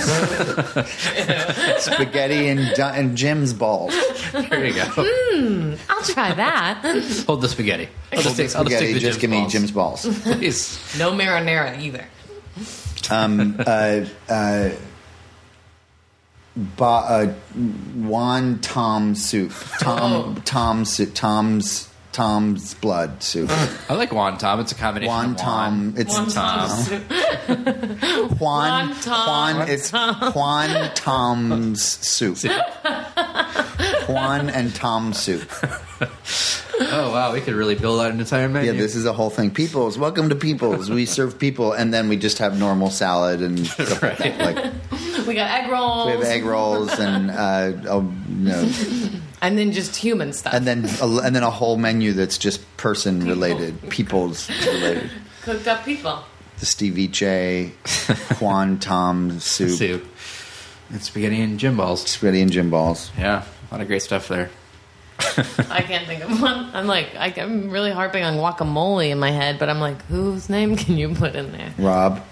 Speaker 5: spaghetti and di- and Jim's balls.
Speaker 3: There you go.
Speaker 4: I'll try that.
Speaker 3: Hold the spaghetti. Hold the
Speaker 5: Hold the
Speaker 3: sticks. I'll just
Speaker 5: spaghetti,
Speaker 3: stick the
Speaker 5: just give me Jim's balls.
Speaker 3: balls. Please.
Speaker 4: no marinara either.
Speaker 5: um, uh, uh, ba- uh, Juan Tom soup. Tom Tom soup. Tom's Tom's blood soup.
Speaker 3: I like wonton. It's a combination.
Speaker 5: Juan
Speaker 3: of won.
Speaker 5: Tom. It's
Speaker 4: One
Speaker 3: Tom.
Speaker 5: Juan
Speaker 4: Juan Tom.
Speaker 5: Juan. It's Juan Tom's soup. Juan and Tom soup.
Speaker 3: Oh wow, we could really build out an entire menu.
Speaker 5: Yeah, this is a whole thing. Peoples, welcome to Peoples. We serve people, and then we just have normal salad and stuff like that. Like
Speaker 4: We got egg rolls,
Speaker 5: we have egg rolls and uh, oh no.
Speaker 4: and then just human stuff.
Speaker 5: and then a, and then a whole menu that's just person related, people's related.
Speaker 4: cooked up people.
Speaker 5: The ceviche, quantum soup,
Speaker 3: soup. And spaghetti and Jim balls.
Speaker 5: spaghetti and gym balls.
Speaker 3: Yeah, a lot of great stuff there.
Speaker 4: I can't think of one. I'm like, I, I'm really harping on guacamole in my head, but I'm like, whose name can you put in there?
Speaker 5: Rob,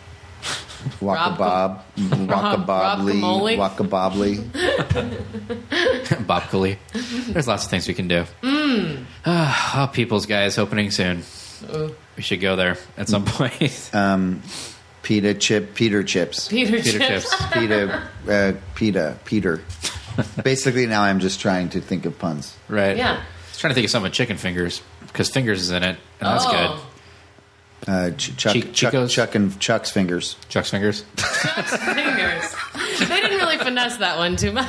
Speaker 4: Rob-
Speaker 5: Waka Bob, Waka
Speaker 4: Rob-
Speaker 5: Bob Lee,
Speaker 4: Robkamole?
Speaker 5: Waka Bob Lee.
Speaker 3: Bob Cooley. There's lots of things we can do.
Speaker 4: Mm.
Speaker 3: Ah, oh, People's Guys opening soon. We should go there at some
Speaker 5: Mm.
Speaker 3: point.
Speaker 5: Um, pita chip, Peter chips,
Speaker 4: Peter,
Speaker 3: Peter
Speaker 4: chips.
Speaker 3: chips.
Speaker 5: pita, uh, pita, Peter. Basically, now I'm just trying to think of puns.
Speaker 3: Right.
Speaker 4: Yeah.
Speaker 3: I was trying to think of something with chicken fingers because fingers is in it, and that's
Speaker 4: Oh.
Speaker 5: Uh, Ch- Chuck,
Speaker 3: Chic-
Speaker 5: Chuck,
Speaker 3: Chico's?
Speaker 5: Chuck, and Chuck's fingers.
Speaker 3: good. Chuck's fingers.
Speaker 4: Fingers. They didn't really finesse that one too much.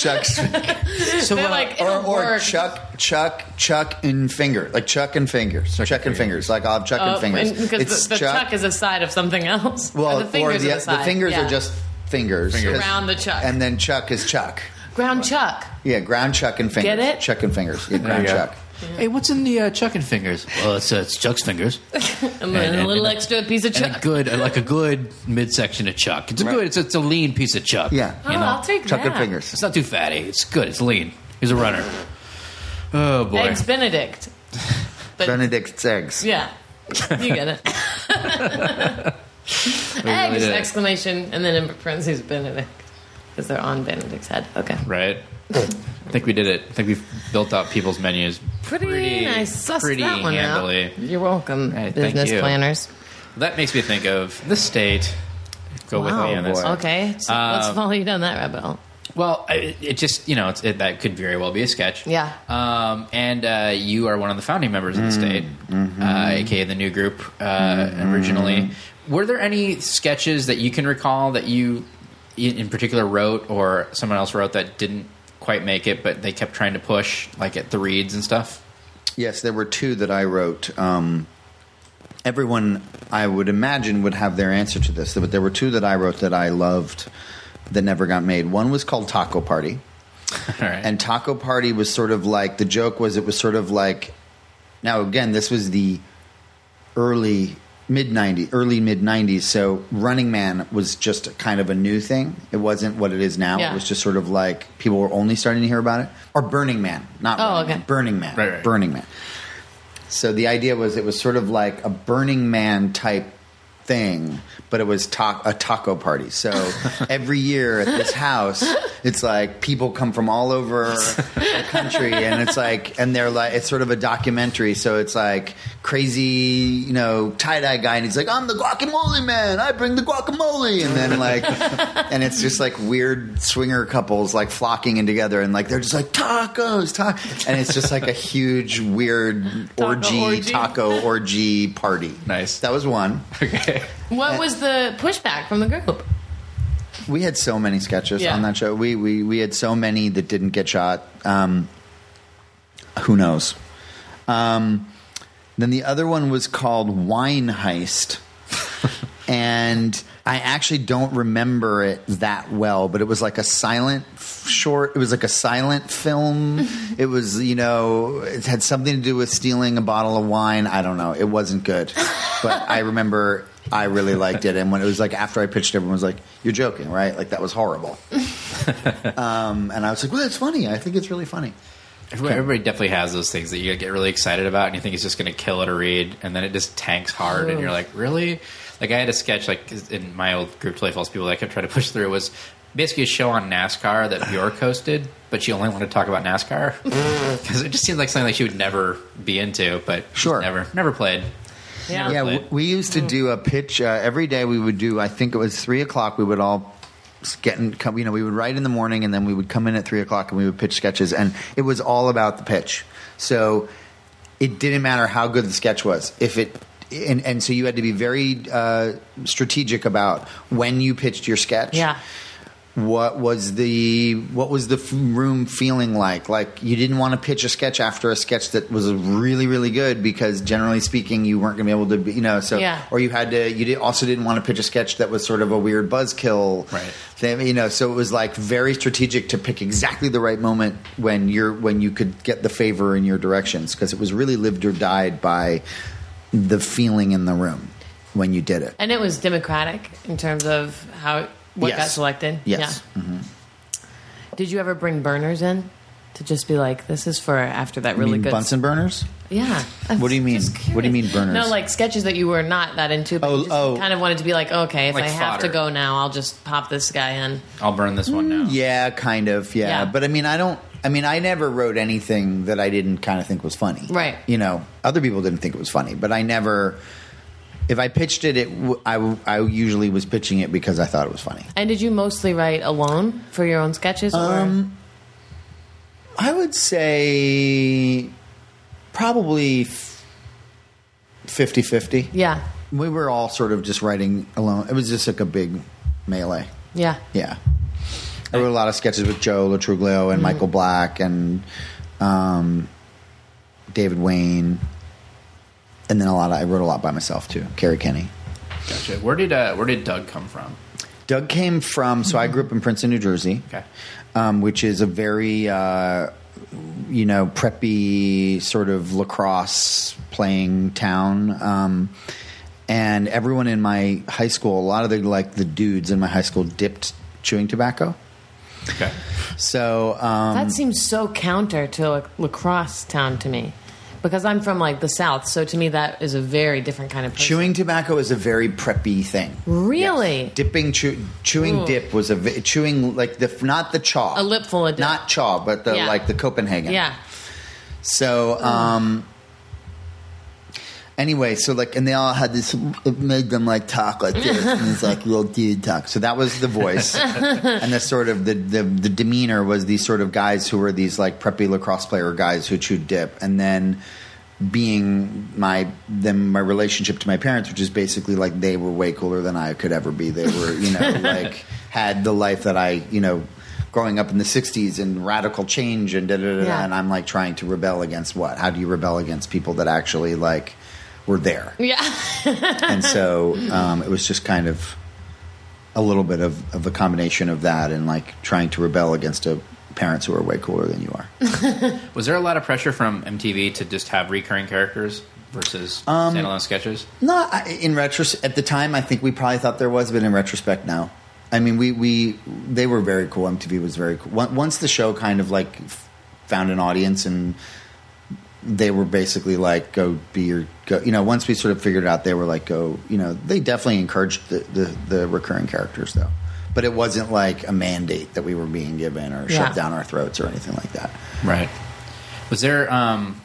Speaker 5: Chuck's
Speaker 3: So
Speaker 4: They're
Speaker 3: uh,
Speaker 4: like,
Speaker 5: or,
Speaker 4: it'll
Speaker 5: or
Speaker 4: work.
Speaker 5: Chuck, Chuck, Chuck and finger, like Chuck and fingers, Chuck, and fingers, like I'll have Chuck
Speaker 4: Oh,
Speaker 5: and fingers.
Speaker 4: and- because the, the chuck, is a side of something else.
Speaker 5: well,
Speaker 4: Or the fingers,
Speaker 5: or
Speaker 4: are,
Speaker 5: the,
Speaker 4: the side.
Speaker 5: fingers
Speaker 4: yeah.
Speaker 5: are just fingers,
Speaker 3: Fingers.
Speaker 5: 'cause-
Speaker 4: Round the chuck.
Speaker 5: and then Chuck is Chuck.
Speaker 4: ground chuck.
Speaker 5: Yeah, ground Chuck and fingers.
Speaker 4: Get it?
Speaker 5: Chuck and fingers. Yeah,
Speaker 3: you
Speaker 5: ground
Speaker 3: go.
Speaker 5: Chuck.
Speaker 3: hey, what's in the uh, chuck and fingers? Well, it's, uh, it's Chuck's fingers.
Speaker 4: And, then
Speaker 3: and-
Speaker 4: a little
Speaker 3: and-
Speaker 4: extra piece of
Speaker 3: And
Speaker 4: chuck.
Speaker 3: a good, uh, like a good midsection of chuck. It's a good, it's, it's a lean piece of chuck.
Speaker 5: Yeah.
Speaker 4: oh,
Speaker 3: you know,
Speaker 4: I'll take
Speaker 5: Chuck
Speaker 4: that.
Speaker 5: and fingers.
Speaker 3: It's not too fatty. It's good. It's lean. He's a runner. Oh boy.
Speaker 4: Eggs Benedict. But
Speaker 5: Benedict's eggs.
Speaker 4: yeah, you get it.
Speaker 3: We really
Speaker 4: Eggs
Speaker 3: did it.
Speaker 4: exclamation and then in parentheses Benedict because they're on Benedict's head. Okay,
Speaker 3: right? I think we did it. I think we've built out people's menus
Speaker 4: pretty, nice. Sussed
Speaker 3: pretty
Speaker 4: that one out.
Speaker 3: handily.
Speaker 4: You're welcome,
Speaker 3: Hey, thank
Speaker 4: business
Speaker 3: you.
Speaker 4: planners.
Speaker 3: That makes me think of the state. Go with me on this. Uh,
Speaker 5: boy.
Speaker 4: Okay, so let's follow you down that rabbit hole.
Speaker 3: Well, it, it just you know it's, it, that could very well be a sketch.
Speaker 4: Yeah.
Speaker 3: Um, and uh, you are one of the founding members of the state, uh, aka the new group uh, originally. Were there any sketches that you can recall that you, in in particular, wrote or someone else wrote that didn't quite make it, but they kept trying to push, like at the reads and stuff?
Speaker 5: Yes, there were two that I wrote. Um, everyone, I would imagine, would have their answer to this, but there were two that I wrote that I loved that never got made. One was called Taco Party.
Speaker 3: All right.
Speaker 5: And Taco Party was sort of like the joke was it was sort of like now again this was the early mid 90s early mid 90s so Running Man was just kind of a new thing it wasn't what it is now
Speaker 4: Yeah.
Speaker 5: it was just sort of like people were only starting to hear about it or Burning Man not
Speaker 4: Oh,
Speaker 5: Running Man,
Speaker 4: okay.
Speaker 5: Burning Man
Speaker 3: Right, right.
Speaker 5: Burning Man so the idea was it was sort of like a Burning Man type thing, but it was ta- a taco party. So every year at this house, it's like people come from all over the country, and it's like, and they're like, it's sort of a documentary. So it's like crazy, you know, tie dye guy, and he's like, I'm the guacamole man. I bring the guacamole, and then like, and it's just like weird swinger couples like flocking in together, and like they're just like tacos, ta-, and it's just like a huge weird orgy,
Speaker 4: orgy.
Speaker 5: taco orgy party.
Speaker 3: Nice.
Speaker 5: That was one.
Speaker 3: okay.
Speaker 4: What was the pushback from the group?
Speaker 5: We had so many sketches
Speaker 4: Yeah.
Speaker 5: on that show. We, we we had so many that didn't get shot. Um, who knows? Um, then the other one was called Wine Heist. and I actually don't remember it that well, but it was like a silent f- short. It was like a silent film. it was, you know, it had something to do with stealing a bottle of wine. I don't know. It wasn't good, but I remember I really liked it. And when it was like after I pitched, it, everyone was like, "You're joking, right?" Like that was horrible. um, and I was like, well, that's funny. I think it's really funny.
Speaker 3: Everybody, everybody definitely has those things that you get really excited about, and you think it's just going to kill it or read, and then it just tanks hard, and you're like, really? Like I had a sketch like in my old group play false people that I kept trying to push through was basically a show on NASCAR that Bjork hosted, but she only wanted to talk about NASCAR because it just seemed like something like she would never be into, but she's
Speaker 5: Sure.
Speaker 3: never never played.
Speaker 4: Yeah.
Speaker 5: Yeah, w- we used to do a pitch uh, every day. We would do. I think it was three o'clock. We would all s- get in. Come, you know, we would write in the morning, and then we would come in at three o'clock, and we would pitch sketches. And it was all about the pitch. So it didn't matter how good the sketch was. If it and, and so you had to be very uh, strategic about when you pitched your sketch
Speaker 4: Yeah.
Speaker 5: what was the what was the f- room feeling like like you didn't want to pitch a sketch after a sketch that was really really good because generally speaking you weren't going to be able to be, you know so
Speaker 4: Yeah.
Speaker 5: or you had to you did, also didn't want to pitch a sketch that was sort of a weird buzzkill
Speaker 3: Right.
Speaker 5: thing, you know so it was like very strategic to pick exactly the right moment when you're when you could get the favor in your directions because it was really lived or died by the feeling in the room when you did it
Speaker 4: And it was democratic in terms of how what
Speaker 5: Yes.
Speaker 4: got selected.
Speaker 5: yes Mm-hmm.
Speaker 4: Yeah. Did you ever bring burners in to just be like, this is for after that
Speaker 5: You
Speaker 4: really
Speaker 5: mean
Speaker 4: good?
Speaker 5: Bunsen burners
Speaker 4: Yeah.
Speaker 5: What do you mean?
Speaker 4: Just
Speaker 5: What do you mean
Speaker 4: curious.
Speaker 5: burners?
Speaker 4: No, like sketches that you were not that into, but
Speaker 5: Oh,
Speaker 4: you just
Speaker 5: oh.
Speaker 4: kind of wanted to be like, okay, if
Speaker 3: Like
Speaker 4: I have to
Speaker 3: fodder.
Speaker 4: go now, I'll just pop this guy in.
Speaker 3: I'll burn this one now.
Speaker 5: Mm, Yeah, kind of. Yeah.
Speaker 4: Yeah.
Speaker 5: but I mean, I don't. I mean, I never wrote anything that I didn't kind of think was funny.
Speaker 4: Right.
Speaker 5: You know, other people didn't think it was funny, but I never. If I pitched it, it w- I, w- I usually was pitching it because I thought it was funny.
Speaker 4: And did you mostly write alone for your own sketches? Or?
Speaker 5: Um, I would say probably 50 50.
Speaker 4: yeah.
Speaker 5: We were all sort of just writing alone. It was just like a big melee.
Speaker 4: Yeah.
Speaker 5: Yeah. I wrote a lot of sketches with Joe Latruglio and Michael Black and um, David Wayne. And then a lot of, I wrote a lot by myself too. Kerry Kenny.
Speaker 3: Gotcha. Where did uh, where did Doug come from?
Speaker 5: Doug came from, so I grew up in Princeton, New Jersey,
Speaker 3: Okay.
Speaker 5: um, which is a very, uh, you know, preppy sort of lacrosse playing town. Um, and everyone in my high school, a lot of the, like, the dudes in my high school dipped chewing tobacco.
Speaker 3: Okay.
Speaker 5: So, um,
Speaker 4: That seems so counter to a lacrosse town to me. Because I'm from like the South, so to me that is a very different kind of person.
Speaker 5: Chewing tobacco is a very preppy thing.
Speaker 4: Really?
Speaker 5: Dipping, chew, chewing
Speaker 4: Ooh.
Speaker 5: dip was a ve- chewing like the not the chaw,
Speaker 4: A lipful of dip.
Speaker 5: not chaw, but the
Speaker 4: Yeah.
Speaker 5: like the Copenhagen.
Speaker 4: Yeah.
Speaker 5: So, um, anyway, so like, and they all had this. It made them like talk like this, and it's like little dude talk. So that was the voice, and the sort of the, the the demeanor was these sort of guys who were these like preppy lacrosse player guys who chewed dip, and then being my then my relationship to my parents, which is basically like they were way cooler than I could ever be. They were, you know, like had the life that I, you know. Growing up in the '60s and radical change and da da da, da,
Speaker 4: Yeah.
Speaker 5: and I'm like trying to rebel against what? How do you rebel against people that actually like were there?
Speaker 4: Yeah.
Speaker 5: and so um, it was just kind of a little bit of, of a combination of that and like trying to rebel against a parents who are way cooler than you are.
Speaker 3: Was there a lot of pressure from MTV to just have recurring characters versus
Speaker 5: Um,
Speaker 3: standalone sketches?
Speaker 5: No, I, in retrospect, at the time, I think we probably thought there was, but in retrospect, now. I mean, we, we they were very cool. MTV was very cool. Once- Once the show kind of like f- found an audience, and they were basically like, "Go be your go." You know, once we sort of figured it out, they were like, "Go." You know, they definitely encouraged the, the, the recurring characters though, but it wasn't like a mandate that we were being given or
Speaker 4: Yeah.
Speaker 5: shoved down our throats or anything like that.
Speaker 3: Right. Was there um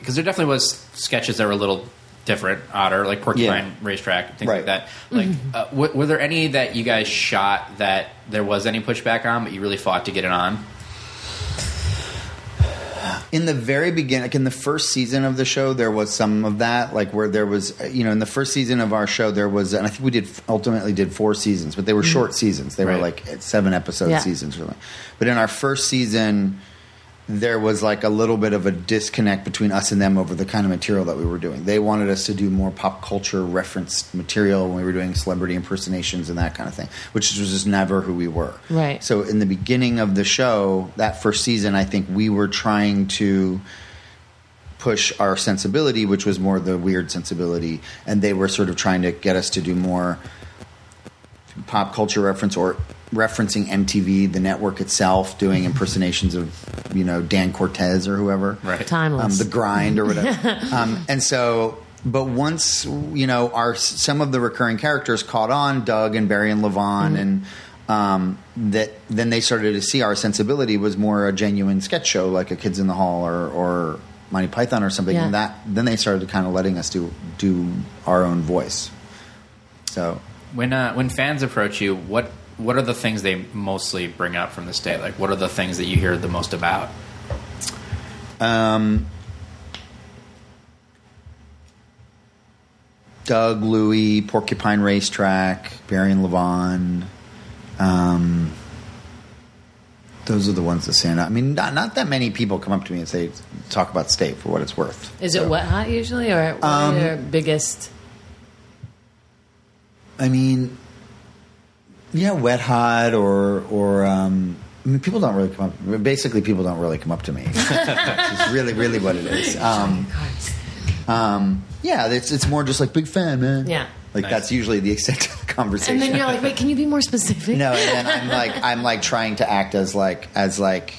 Speaker 3: because there definitely was sketches that were a little different, odder, like Porcupine
Speaker 5: Yeah.
Speaker 3: Racetrack, things
Speaker 5: Right.
Speaker 3: like that. Like, uh, w- were there any that you guys shot that there was any pushback on, but you really fought to get it on?
Speaker 5: in the very beginning, like in the first season of the show, there was some of that, like where there was, uh, you know, in the first season of our show, there was, and I think we did ultimately did four seasons, but they were short seasons. They were
Speaker 3: Right.
Speaker 5: like seven episode
Speaker 4: Yeah.
Speaker 5: seasons, really. But in our first season, there was like a little bit of a disconnect between us and them over the kind of material that we were doing. They wanted us to do more pop culture referenced material when we were doing celebrity impersonations and that kind of thing, which was just never who we were.
Speaker 4: Right.
Speaker 5: So in the beginning of the show, that first season, I think we were trying to push our sensibility, which was more the weird sensibility, and they were sort of trying to get us to do more pop culture reference or referencing MTV, the network itself, doing impersonations of you know Dan Cortez or whoever,
Speaker 3: Right.
Speaker 5: Um,
Speaker 4: Timeless.
Speaker 5: the grind or whatever. um, and so, but once you know, our some of the recurring characters caught on, Doug and Barry and Levon, and um, that then they started to see our sensibility was more a genuine sketch show, like a Kids in the Hall or or Monty Python or something.
Speaker 4: Yeah.
Speaker 5: And that then they started kind of letting us do do our own voice. So
Speaker 3: When uh, when fans approach you, what what are the things they mostly bring up from this day? Like, what are the things that you hear the most about?
Speaker 5: Doug, Louie, Porcupine Racetrack, Barry and Levon. Um, those are the ones that stand out. I mean, not, not that many people come up to me and say, talk about state for what it's worth.
Speaker 4: Is it wet hot usually, or what are
Speaker 5: Um,
Speaker 4: your biggest?
Speaker 5: I mean, yeah, wet hot or, or, um, I mean, people don't really come up. Basically, people don't really come up to me. it's really, really what it is. Um, um, yeah, it's, it's more just like big fan, man.
Speaker 4: Yeah.
Speaker 5: like
Speaker 3: Nice.
Speaker 5: that's usually the extent of the conversation.
Speaker 4: And then you're like, wait, can you be more specific?
Speaker 5: No, and then I'm like I'm like trying to act as like as like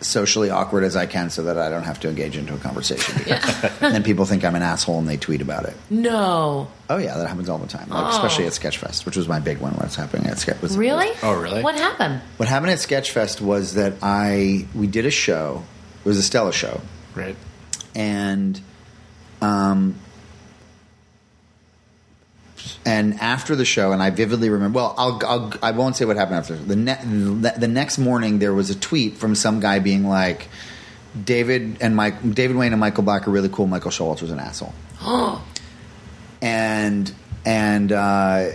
Speaker 5: socially awkward as I can so that I don't have to engage into a conversation. and then people think I'm an asshole and they tweet about it.
Speaker 4: No.
Speaker 5: Oh yeah, that happens all the time, like, especially at Sketchfest, which was my big one. What's happening at Sketch? was-
Speaker 4: Really?
Speaker 3: Oh, really?
Speaker 4: What happened?
Speaker 5: What happened at Sketchfest was that I we did a show. It was a Stella show,
Speaker 3: Right.
Speaker 5: and um and after the show and i vividly remember well i'll, I'll i won't say what happened after the, ne- the next morning there was a tweet from some guy being like david and mike david wayne and michael black are really cool michael showalter was an asshole and and uh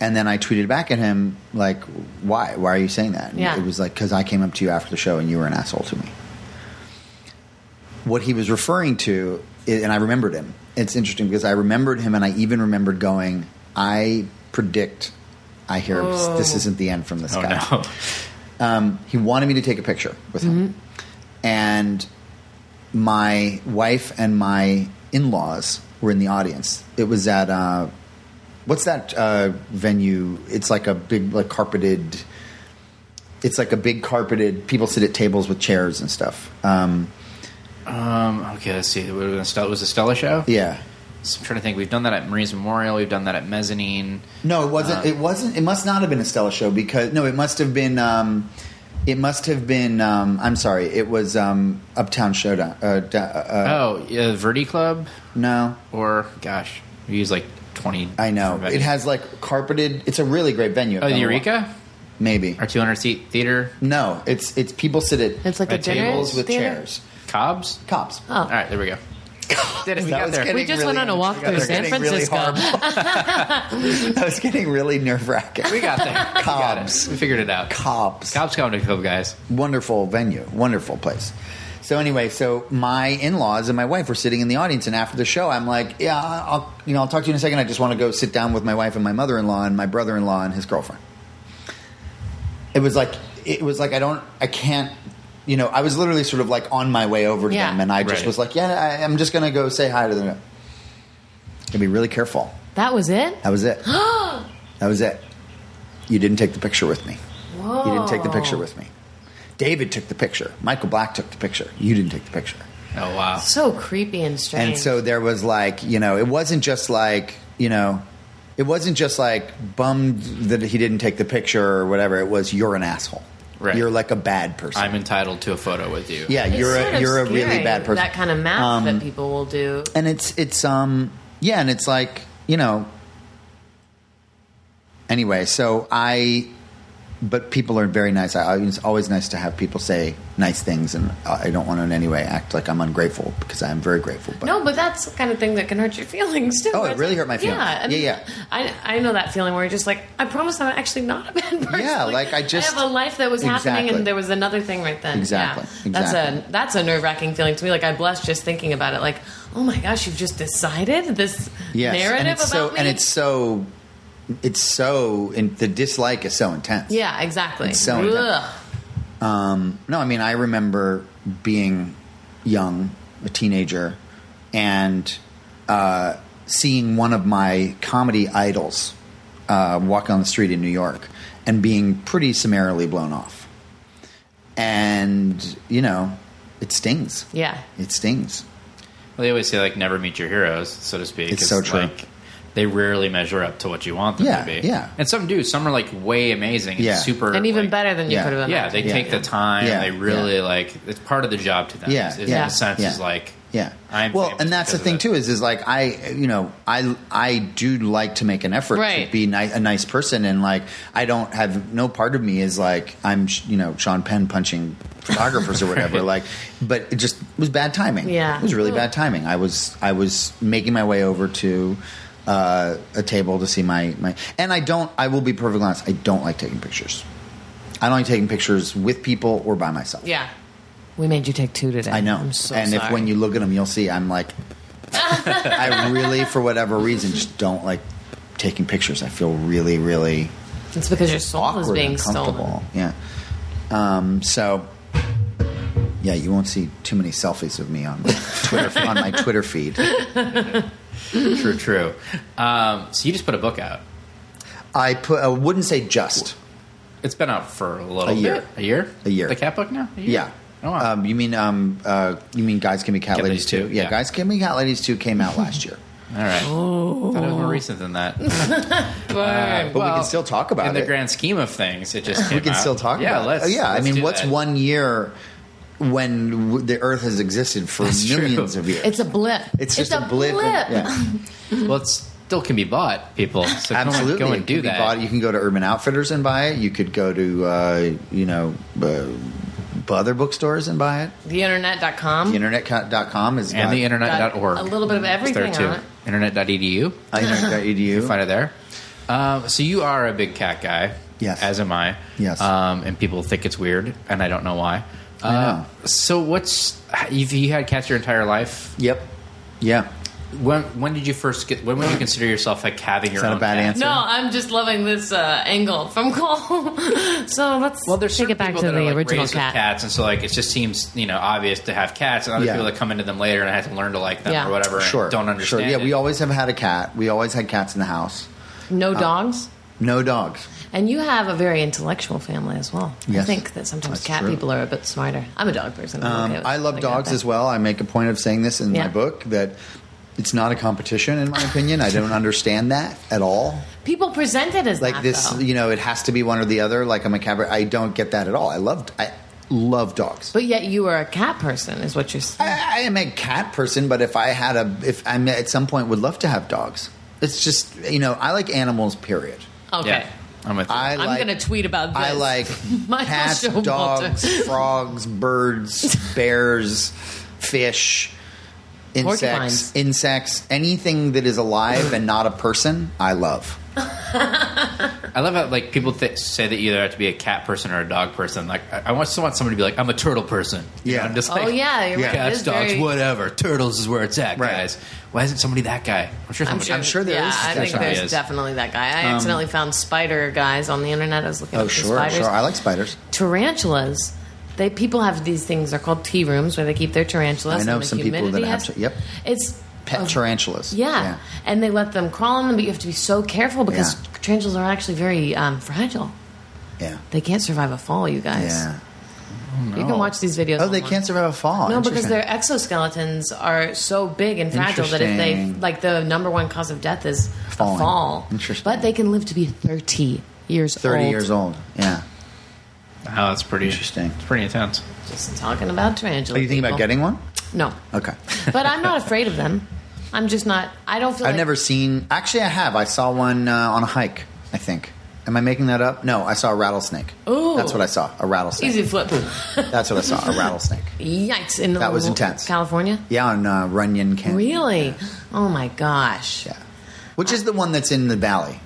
Speaker 5: and then I tweeted back at him like, "Why? Why are you saying that?" And
Speaker 4: Yeah.
Speaker 5: It was like because I came up to you after the show and you were an asshole to me what he was referring to, i- and I remembered him. It's interesting because I remembered him, and I even remembered going, "I predict, I hear this isn't the end from this
Speaker 3: Oh
Speaker 5: guy."
Speaker 3: no.
Speaker 5: um, he wanted me to take a picture with him.
Speaker 3: Mm-hmm.
Speaker 5: And my wife and my in laws were in the audience. It was at, uh, what's that uh, venue? It's like a big, like carpeted, it's like a big carpeted, people sit at tables with chairs and stuff. Um,
Speaker 3: Um, okay, let's see. It would have been a Stella, was it a Stella show?
Speaker 5: yeah.
Speaker 3: So I'm trying to think. We've done that at Marie's Memorial. We've done that at Mezzanine.
Speaker 5: No, it wasn't.
Speaker 3: Uh,
Speaker 5: it wasn't. It must not have been a Stella show because no, it must have been. Um, it must have been. Um, I'm sorry. It was um, Uptown Showdown. Uh, da- uh,
Speaker 3: Oh, yeah, Verdi Club
Speaker 5: no,
Speaker 3: or gosh, we use like twenty.
Speaker 5: I know.
Speaker 3: different
Speaker 5: It
Speaker 3: venues.
Speaker 5: has like carpeted. It's a really great venue.
Speaker 3: oh the Eureka,
Speaker 5: Maybe.
Speaker 3: our two hundred seat theater,
Speaker 5: No, it's it's people sit at
Speaker 4: It's like
Speaker 3: At
Speaker 4: a dinner
Speaker 3: tables
Speaker 5: with
Speaker 4: theater?
Speaker 5: chairs.
Speaker 3: Cobbs.
Speaker 5: Cops.
Speaker 4: Oh.
Speaker 3: All right, there we go. Did it? We
Speaker 5: That
Speaker 3: got
Speaker 5: was
Speaker 3: there.
Speaker 5: getting
Speaker 4: We just went on a walk
Speaker 5: that was
Speaker 4: through San
Speaker 5: getting really
Speaker 4: Francisco.
Speaker 5: horrible. I was getting really nerve wracking.
Speaker 3: We got there. We got
Speaker 5: Cobbs.
Speaker 3: it. We figured it out.
Speaker 5: Cops.
Speaker 3: Cobbs Comedy Club, guys.
Speaker 5: wonderful venue, wonderful place. So anyway, so my in-laws and my wife were sitting in the audience, and after the show, I'm like, "Yeah, I'll you know I'll talk to you in a second. I just want to go sit down with my wife and my mother-in-law and my brother-in-law and his girlfriend." It was like it was like I don't I can't you know I was literally sort of like on my way over to
Speaker 4: Yeah.
Speaker 5: them, and I just
Speaker 3: Right.
Speaker 5: was like, "Yeah, I, I'm just gonna go say hi to them." And be really careful.
Speaker 4: That was it.
Speaker 5: That was it. that was it. You didn't take the picture with me. You didn't take the picture with me. David took the picture. Michael Black took the picture. You didn't take the picture.
Speaker 3: Oh wow.
Speaker 4: So creepy and strange.
Speaker 5: And so there was like, you know, it wasn't just like, you know, it wasn't just like bummed that he didn't take the picture or whatever. It was you're an asshole.
Speaker 3: Right.
Speaker 5: You're like a bad person.
Speaker 3: I'm entitled to a photo with you.
Speaker 5: yeah,
Speaker 4: It's
Speaker 5: you're
Speaker 4: sort
Speaker 5: a
Speaker 4: of
Speaker 5: you're a
Speaker 4: scary,
Speaker 5: really bad person.
Speaker 4: That kind of math
Speaker 5: Um,
Speaker 4: that people will do.
Speaker 5: and it's it's um yeah and it's like you know anyway so i but people are very nice I, it's always nice to have people say nice things and i don't want to in any way act like i'm ungrateful because i'm very grateful but
Speaker 4: No, but that's the kind of thing that can hurt your feelings too.
Speaker 5: Oh, it
Speaker 4: It's
Speaker 5: really
Speaker 4: like-
Speaker 5: hurt my feelings.
Speaker 4: Yeah, I
Speaker 5: Yeah, yeah.
Speaker 4: I, I know that feeling where you're just like, I promise I'm actually not a bad person.
Speaker 5: Yeah, like, I just-
Speaker 4: have a life that was happening,
Speaker 5: Exactly.
Speaker 4: and there was another thing right then.
Speaker 5: Exactly,
Speaker 4: Yeah. That's a
Speaker 5: exactly.
Speaker 4: that's a nerve wracking feeling to me. Like I blush just thinking about it. Like, oh my gosh, you've just decided this
Speaker 5: yes
Speaker 4: narrative
Speaker 5: and it's
Speaker 4: about
Speaker 5: so
Speaker 4: me.
Speaker 5: and it's so it's so and the dislike is so intense
Speaker 4: yeah, exactly.
Speaker 5: It's so intense.
Speaker 4: Ugh.
Speaker 5: Um, no, I mean, I remember being young, a teenager, and uh, seeing one of my comedy idols uh, walking on the street in New York and being pretty summarily blown off. And, you know, it stings.
Speaker 4: Yeah.
Speaker 5: It stings.
Speaker 3: Well, they always say like never meet your heroes, so to speak.
Speaker 5: It's
Speaker 3: 'cause,
Speaker 5: so true.
Speaker 3: Like, they rarely measure up to what you want them
Speaker 5: Yeah,
Speaker 3: to be.
Speaker 5: yeah.
Speaker 3: and some do. Some are like way amazing. And
Speaker 5: Yeah.
Speaker 3: super
Speaker 4: and even
Speaker 3: like-
Speaker 4: better than you
Speaker 5: yeah.
Speaker 4: could have
Speaker 3: Yeah,
Speaker 4: imagined.
Speaker 3: they
Speaker 5: Yeah.
Speaker 3: take the time.
Speaker 5: Yeah,
Speaker 3: They really
Speaker 5: yeah.
Speaker 3: like it's part of the job to them.
Speaker 5: Yeah,
Speaker 3: is, is
Speaker 5: yeah,
Speaker 3: in a sense
Speaker 5: yeah.
Speaker 3: is like
Speaker 5: Yeah.
Speaker 3: I'm
Speaker 5: well,
Speaker 3: famous
Speaker 5: and that's the
Speaker 3: because of
Speaker 5: thing
Speaker 3: this.
Speaker 5: too is is like I you know I I do like to make an effort
Speaker 4: Right.
Speaker 5: to be ni- a nice person and like I don't have no part of me is like I'm you know Sean Penn punching photographers or whatever
Speaker 3: Right.
Speaker 5: like but it just was bad timing.
Speaker 4: Yeah.
Speaker 5: It was really
Speaker 4: Mm.
Speaker 5: bad timing. I was I was making my way over to uh, a table to see my my and I don't I will be perfectly honest I don't like taking pictures. I don't like taking pictures with people or by myself.
Speaker 4: yeah. We made you take two today.
Speaker 5: I know.
Speaker 4: I'm so
Speaker 5: and if
Speaker 4: sorry.
Speaker 5: when you look at them, you'll see I'm like, I really, for whatever reason, just don't like taking pictures. I feel really, really
Speaker 4: it's because your soul is
Speaker 5: awkward,
Speaker 4: being stolen.
Speaker 5: uncomfortable. Yeah. Um, so, yeah, you won't see too many selfies of me on my Twitter on my Twitter feed.
Speaker 3: true, true. Um, so you just put a book out.
Speaker 5: I put. I wouldn't say just.
Speaker 3: It's been out for a little
Speaker 5: A year.
Speaker 3: bit. A year.
Speaker 5: A year.
Speaker 3: The cat book now. A year?
Speaker 5: Yeah.
Speaker 3: Oh, wow.
Speaker 5: Um, you mean um, uh, you mean guys can be cat,
Speaker 3: Cat
Speaker 5: ladies
Speaker 3: Ladies
Speaker 5: too?
Speaker 3: Too,
Speaker 5: Yeah,
Speaker 3: yeah.
Speaker 5: guys can be cat ladies too came out last year,
Speaker 3: All right.
Speaker 4: Oh.
Speaker 3: Thought it was more recent than that. Uh,
Speaker 4: Burn.
Speaker 5: but we can still talk about
Speaker 3: in
Speaker 5: it.
Speaker 3: the grand scheme of things, it just came
Speaker 5: we can
Speaker 3: out.
Speaker 5: still talk
Speaker 3: yeah,
Speaker 5: about
Speaker 3: let's,
Speaker 5: it. Oh, yeah, I
Speaker 3: let's
Speaker 5: mean,
Speaker 3: do
Speaker 5: what's
Speaker 3: that.
Speaker 5: one year when w- the Earth has existed for
Speaker 3: That's true.
Speaker 5: millions of years?
Speaker 4: it's a blip.
Speaker 5: It's just a, blip. and- yeah.
Speaker 3: Well, it still can be bought, people. So
Speaker 5: Absolutely,
Speaker 3: go and, go
Speaker 5: It
Speaker 3: and
Speaker 5: can
Speaker 3: do
Speaker 5: be
Speaker 3: that.
Speaker 5: bought- You can go to Urban Outfitters and buy it. You could go to uh, you know uh, other bookstores and buy it.
Speaker 4: Theinternet.com.
Speaker 5: The internet.com is
Speaker 3: and
Speaker 5: got,
Speaker 3: the internet.org.
Speaker 4: Got a little bit of everything
Speaker 3: it's there
Speaker 4: on
Speaker 3: too. E Internet.edu.
Speaker 5: uh,
Speaker 3: You
Speaker 5: internet.edu.
Speaker 3: can find it there. Um, so you are a big cat guy.
Speaker 5: Yes.
Speaker 3: As am I.
Speaker 5: Yes.
Speaker 3: Um, and people think it's weird, and I don't know why. Uh,
Speaker 5: know.
Speaker 3: So what's if you had cats your entire life?
Speaker 5: Yep. Yeah.
Speaker 3: When when did you first get? When would you consider yourself like having your
Speaker 5: that a
Speaker 3: own
Speaker 5: bad
Speaker 3: cat?
Speaker 5: answer?
Speaker 4: No, I'm just loving this uh, angle from Cole. so let's
Speaker 3: Well, there's
Speaker 4: take
Speaker 3: certain
Speaker 4: it back
Speaker 3: people
Speaker 4: to
Speaker 3: that are,
Speaker 4: the
Speaker 3: like,
Speaker 4: original
Speaker 3: raised with
Speaker 4: cat.
Speaker 3: cats, and so like it just seems you know obvious to have cats, and other
Speaker 5: Yeah.
Speaker 3: people that come into them later and I have to learn to like them
Speaker 4: Yeah.
Speaker 3: or whatever. and
Speaker 5: Sure.
Speaker 3: don't understand.
Speaker 5: Sure. Yeah,
Speaker 3: it.
Speaker 5: we always have had a cat. We always had cats in the house. Oh.
Speaker 4: No dogs.
Speaker 5: No dogs.
Speaker 4: And you have a very intellectual family as well. I
Speaker 5: Yes.
Speaker 4: think that sometimes
Speaker 5: That's
Speaker 4: cat
Speaker 5: true.
Speaker 4: people are a bit smarter. I'm a dog person. I'm
Speaker 5: Um,
Speaker 4: okay with
Speaker 5: I love
Speaker 4: putting it out
Speaker 5: dogs
Speaker 4: there.
Speaker 5: as well. I make a point of saying this in
Speaker 4: Yeah.
Speaker 5: my book that it's not a competition, in my opinion. I don't understand that at all.
Speaker 4: People present it as
Speaker 5: Like
Speaker 4: that,
Speaker 5: this,
Speaker 4: though.
Speaker 5: you know, it has to be one or the other. Like I'm a cat. I don't get that at all. I love, I love dogs.
Speaker 4: But yet you are a cat person, is what you're saying.
Speaker 5: I, I am a cat person, but if I had a, if I at some point would love to have dogs. It's just you know, I like animals. Period.
Speaker 4: Okay.
Speaker 3: Yeah, I'm with you.
Speaker 5: I
Speaker 4: I'm
Speaker 5: like,
Speaker 4: going to tweet about this.
Speaker 5: I like
Speaker 4: Michael
Speaker 5: cats,
Speaker 4: Showalter.
Speaker 5: dogs, frogs, birds, bears, fish, insects,
Speaker 4: Porcupines.
Speaker 5: insects, anything that is alive and not a person, I love.
Speaker 4: Oh,
Speaker 3: I love how like people th- say that you either have to be a cat person or a dog person. Like I, I want- want somebody to be like, I'm a turtle person. You
Speaker 5: Yeah.
Speaker 3: know, I'm just
Speaker 4: Oh,
Speaker 3: like,
Speaker 4: yeah, you're right. It
Speaker 3: cats,
Speaker 4: is
Speaker 3: dogs,
Speaker 4: very-
Speaker 3: whatever. Turtles is where it's at,
Speaker 5: Right.
Speaker 3: guys. Why isn't somebody that guy? I'm sure.
Speaker 4: I'm
Speaker 3: somebody,
Speaker 4: sure,
Speaker 5: sure there
Speaker 4: yeah,
Speaker 5: is.
Speaker 4: I
Speaker 5: There
Speaker 4: think
Speaker 3: certainly
Speaker 4: there's
Speaker 3: is.
Speaker 4: definitely that guy. I accidentally found spider guys on the internet. I was looking
Speaker 5: Oh,
Speaker 4: up for
Speaker 5: sure,
Speaker 4: spiders.
Speaker 5: sure. I like spiders.
Speaker 4: tarantulas. They people have these things. They're called tea rooms where they keep their tarantulas.
Speaker 5: I know
Speaker 4: and the
Speaker 5: some people that
Speaker 4: humidity
Speaker 5: have
Speaker 4: has-
Speaker 5: to- yep.
Speaker 4: It's
Speaker 5: Pet
Speaker 4: oh,
Speaker 5: tarantulas.
Speaker 4: Yeah. and they let them crawl on them, but you have to be so careful because
Speaker 5: Yeah.
Speaker 4: tarantulas are actually very um, fragile.
Speaker 5: Yeah.
Speaker 4: They can't survive a fall, you guys.
Speaker 5: Yeah.
Speaker 4: You can watch these videos.
Speaker 5: Oh, they
Speaker 4: online.
Speaker 5: can't survive a fall.
Speaker 4: No, because
Speaker 5: Interesting.
Speaker 4: their exoskeletons are so big and fragile that if they
Speaker 5: Interesting.
Speaker 4: like the number one cause of death is a
Speaker 5: Falling.
Speaker 4: fall.
Speaker 5: Interesting.
Speaker 4: But they can live to be thirty years
Speaker 5: 30
Speaker 4: old.
Speaker 5: years old. Yeah.
Speaker 3: Oh, that's pretty
Speaker 5: Interesting.
Speaker 3: It's pretty intense.
Speaker 4: Just talking about tarantulas.
Speaker 5: Are Oh, you thinking about
Speaker 4: people.
Speaker 5: getting one?
Speaker 4: No.
Speaker 5: Okay.
Speaker 4: but I'm not afraid of them. I'm just not. I don't feel.
Speaker 5: I've
Speaker 4: like,
Speaker 5: never seen. Actually, I have. I saw one uh, on a hike. I think. Am I making that up? No, I saw a rattlesnake.
Speaker 4: Ooh.
Speaker 5: that's what I saw. A rattlesnake.
Speaker 4: easy flip.
Speaker 5: That's what I saw. A rattlesnake.
Speaker 4: Yikes! In
Speaker 5: That was intense.
Speaker 4: California.
Speaker 5: Yeah, on uh, Runyon Canyon.
Speaker 4: Really? Oh my gosh.
Speaker 5: Yeah. Which is the one that's in the valley?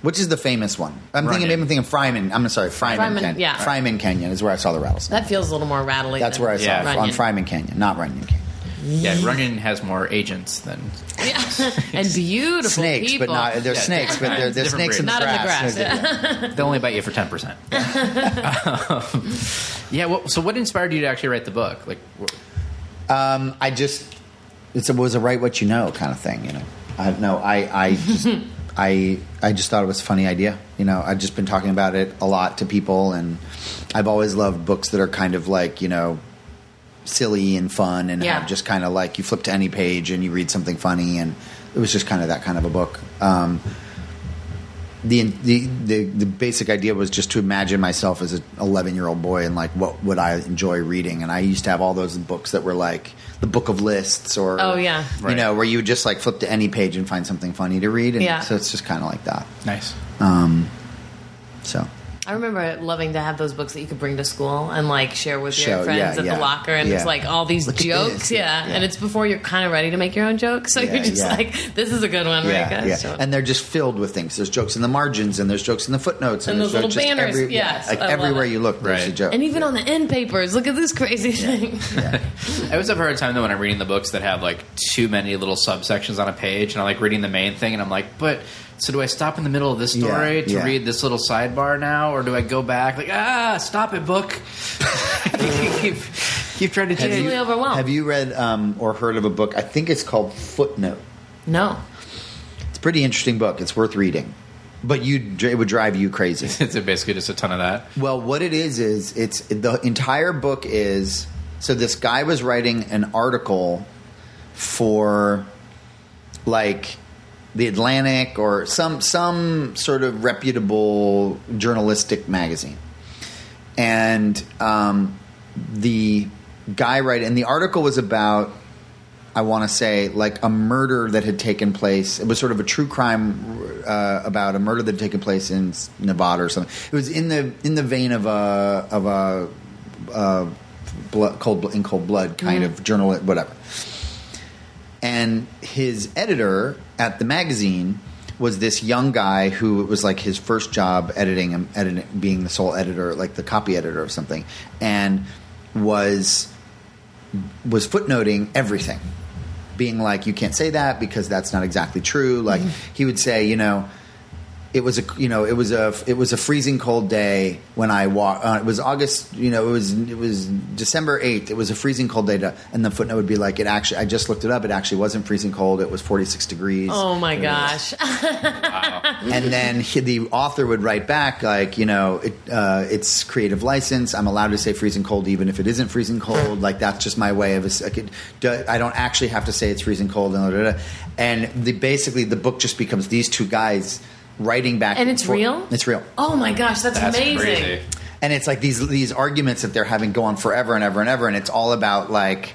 Speaker 5: Which is the famous one? I'm thinking.
Speaker 3: Runyon.
Speaker 5: Maybe I'm thinking Fryman. I'm sorry, Fryman.
Speaker 4: Fryman,
Speaker 5: Canyon.
Speaker 4: yeah.
Speaker 5: Fryman Canyon is where I saw the rattlesnake.
Speaker 4: That feels a little more rattly.
Speaker 5: That's
Speaker 4: than
Speaker 5: where I saw
Speaker 3: Yeah.
Speaker 5: it on
Speaker 4: Runyon.
Speaker 5: Fryman Canyon, not Runyon Canyon.
Speaker 3: Yeah, Runyon has more agents than
Speaker 4: Yeah. and beautiful
Speaker 5: Snakes,
Speaker 4: people.
Speaker 5: but not. They're
Speaker 3: Yeah,
Speaker 5: snakes, but they're, they're
Speaker 3: different
Speaker 5: snakes in the,
Speaker 4: breed. Not in the
Speaker 5: grass.
Speaker 4: grass.
Speaker 3: they only bite you for ten percent. Um, yeah. Well, so what inspired you to actually write the book? Like, wh-
Speaker 5: Um, I just it's a, was a write what you know kind of thing, you know. I no, I I just I I just thought it was a funny idea. You know, I've just been talking about it a lot to people, and I've always loved books that are kind of like you know silly and fun, and
Speaker 4: Yeah.
Speaker 5: have just kind of like you flip to any page and you read something funny, and it was just kind of that kind of a book. Um, the, the the the basic idea was just to imagine myself as an 11 year old boy and like what would I enjoy reading and I used to have all those books that were like the book of lists or
Speaker 4: Oh, yeah.
Speaker 5: you
Speaker 3: Right.
Speaker 5: know where you would just like flip to any page and find something funny to read and
Speaker 4: Yeah.
Speaker 5: so it's just kind of like that
Speaker 3: Nice.
Speaker 5: so
Speaker 4: I remember loving to have those books that you could bring to school and like share with
Speaker 5: Show,
Speaker 4: your friends
Speaker 5: yeah,
Speaker 4: at
Speaker 5: yeah,
Speaker 4: the locker, and
Speaker 5: yeah.
Speaker 4: it's like all these
Speaker 5: Look at this,
Speaker 4: jokes,
Speaker 5: yeah,
Speaker 4: yeah.
Speaker 5: yeah.
Speaker 4: And it's before you're kind of ready to make your own jokes, so
Speaker 5: Yeah,
Speaker 4: you're just
Speaker 5: yeah.
Speaker 4: like, "This is a good one, right,
Speaker 5: yeah,
Speaker 4: guys?"
Speaker 5: yeah.
Speaker 4: Oh, So-
Speaker 5: and they're just filled with things there's jokes in the margins and there's jokes in the footnotes and,
Speaker 4: And
Speaker 5: there's
Speaker 4: those
Speaker 5: jokes
Speaker 4: little
Speaker 5: just
Speaker 4: banners,
Speaker 5: every- yeah,
Speaker 4: yes,
Speaker 5: like
Speaker 4: I love
Speaker 5: everywhere
Speaker 4: it.
Speaker 5: you look there's
Speaker 3: Right.
Speaker 5: a joke
Speaker 4: And even on the end papers, look at this crazy thing.
Speaker 3: I always have a hard time though when I'm reading the books that have like too many little subsections on a page, and I like reading the main thing, and I'm like, but so do I stop in the middle of this story
Speaker 5: Yeah,
Speaker 3: to
Speaker 5: yeah.
Speaker 3: read this little sidebar now, or do I go back like ah stop it book? keep keep trying to
Speaker 4: It's
Speaker 3: change.
Speaker 4: really overwhelmed.
Speaker 5: have you read um, or heard of a book I think it's called Footnote
Speaker 4: No.
Speaker 5: It's a pretty interesting book. It's worth reading, but you it would drive you crazy.
Speaker 3: It's basically just a ton of that.
Speaker 5: well, what it is is it's the entire book is so this guy was writing an article for like the Atlantic or some some sort of reputable journalistic magazine, and um, the guy writing and the article was about I want to say, like a murder that had taken place. It was sort of a true crime uh, about a murder that had taken place in s- Nevada or something. It was in the in the vein of a of a uh, blood, cold Bl- in cold blood kind of journal, whatever. And his editor at the magazine was this young guy who it was like his first job editing, um, editing being the sole editor, like the copy editor of something, and was was footnoting everything, being like, "You can't say that because that's not exactly true." Like
Speaker 4: Mm-hmm.
Speaker 5: he would say, you know, it was a you know it was a it was a freezing cold day when I walked. Uh, it was August, you know, it was it was December eighth. It was a freezing cold day, to, and the footnote would be like, "It actually, I just looked it up. It actually wasn't freezing cold. It was forty six degrees."
Speaker 4: Oh my gosh. Mm-hmm.
Speaker 5: and then he, the author would write back like you know it, uh, it's creative license i'm allowed to say freezing cold even if it isn't freezing cold like that's just my way of a, I, could, do, I don't actually have to say it's freezing cold and, da, da, da. and the, basically the book just becomes these two guys writing back
Speaker 4: And it's
Speaker 5: forth.
Speaker 4: real?
Speaker 5: it's real
Speaker 4: Oh my gosh, that's,
Speaker 3: That's
Speaker 4: amazing.
Speaker 3: crazy.
Speaker 5: and it's like these these arguments that they're having go on forever and ever and ever and it's all about like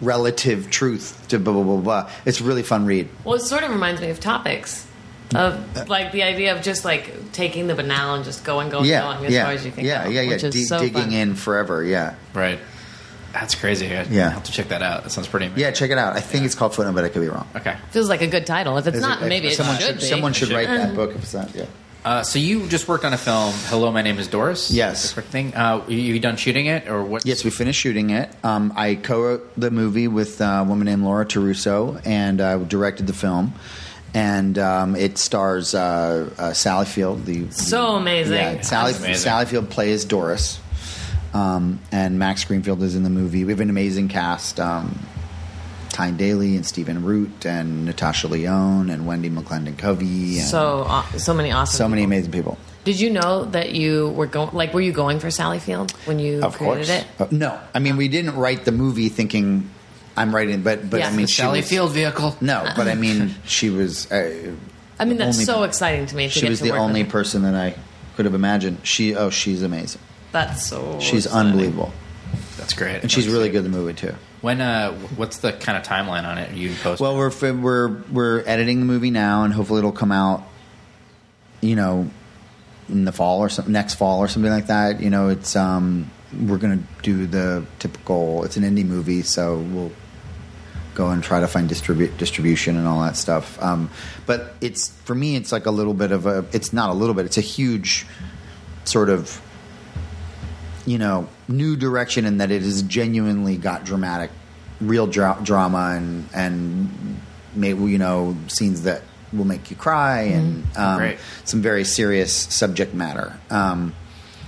Speaker 5: relative truth to blah blah blah blah it's a really fun read
Speaker 4: Well, it sort of reminds me of topics.
Speaker 5: Uh,
Speaker 4: Of like the idea of just like taking the banal and just going, going,
Speaker 5: yeah
Speaker 4: going as
Speaker 5: yeah
Speaker 4: far as you can
Speaker 5: yeah
Speaker 4: go.
Speaker 5: yeah yeah
Speaker 4: Which is
Speaker 5: D-
Speaker 4: so
Speaker 5: digging
Speaker 4: fun.
Speaker 5: in forever yeah
Speaker 3: Right. That's crazy. I
Speaker 5: Yeah.
Speaker 3: have to check that out. That sounds pretty amazing.
Speaker 5: Yeah, check it out. I think it's called Footnote, but I could be wrong.
Speaker 3: Okay.
Speaker 4: Feels like a good title. If it's
Speaker 5: Is
Speaker 4: not,
Speaker 5: if
Speaker 4: maybe it
Speaker 5: someone
Speaker 4: should, be.
Speaker 5: Someone should
Speaker 3: It should.
Speaker 5: write that book if it's not. Yeah.
Speaker 3: Uh, so you just worked on a film. Hello, my name is Doris.
Speaker 5: Yes.
Speaker 3: This quick thing. Uh, you, you done shooting it or what?
Speaker 5: Yes, we finished shooting it. Um, I co-wrote the movie with uh, a woman named Laura Taruso, and I directed the film. And um, it stars uh, uh, Sally Field. The
Speaker 4: So amazing.
Speaker 5: Yeah, Sally
Speaker 3: That's amazing.
Speaker 5: Sally Field plays Doris, um, and Max Greenfield is in the movie. We have an amazing cast. Um, Tyne Daly and Stephen Root and Natasha Leone and Wendy McClendon Covey and
Speaker 4: So aw- so many awesome.
Speaker 5: so many
Speaker 4: people.
Speaker 5: amazing people.
Speaker 4: Did you know that you were going? Like, were you going for Sally Field when you
Speaker 5: of
Speaker 4: created
Speaker 5: course.
Speaker 4: it?
Speaker 5: Uh, no, I mean we didn't write the movie thinking I'm writing, but but
Speaker 4: Yeah.
Speaker 5: I
Speaker 3: The
Speaker 5: mean she
Speaker 3: Sally
Speaker 5: was-
Speaker 3: Field vehicle.
Speaker 5: No, but I mean she was. Uh,
Speaker 4: I mean, that's
Speaker 5: only-
Speaker 4: so exciting to me. To
Speaker 5: She
Speaker 4: get
Speaker 5: was
Speaker 4: to
Speaker 5: the
Speaker 4: work with
Speaker 5: only
Speaker 4: her.
Speaker 5: person that I could have imagined. She oh she's amazing.
Speaker 4: That's so.
Speaker 5: She's
Speaker 4: exciting.
Speaker 5: unbelievable,
Speaker 3: That's great.
Speaker 5: and she's really good in the movie too.
Speaker 3: When? Uh, what's the kind of timeline on it? You post.
Speaker 5: Well, we're fi- we're we're editing the movie now, and hopefully it'll come out. You know, in the fall or something, next fall or something like that. You know, it's um we're gonna do the typical. It's an indie movie, so we'll go and try to find distribu- distribution and all that stuff. Um, but it's for me, it's like a little bit of a. It's not a little bit. It's a huge sort of you know new direction in that it has genuinely got dramatic, real dra- drama and and may, you know scenes that will make you cry and um,
Speaker 3: Great.
Speaker 5: some very serious subject matter. Um,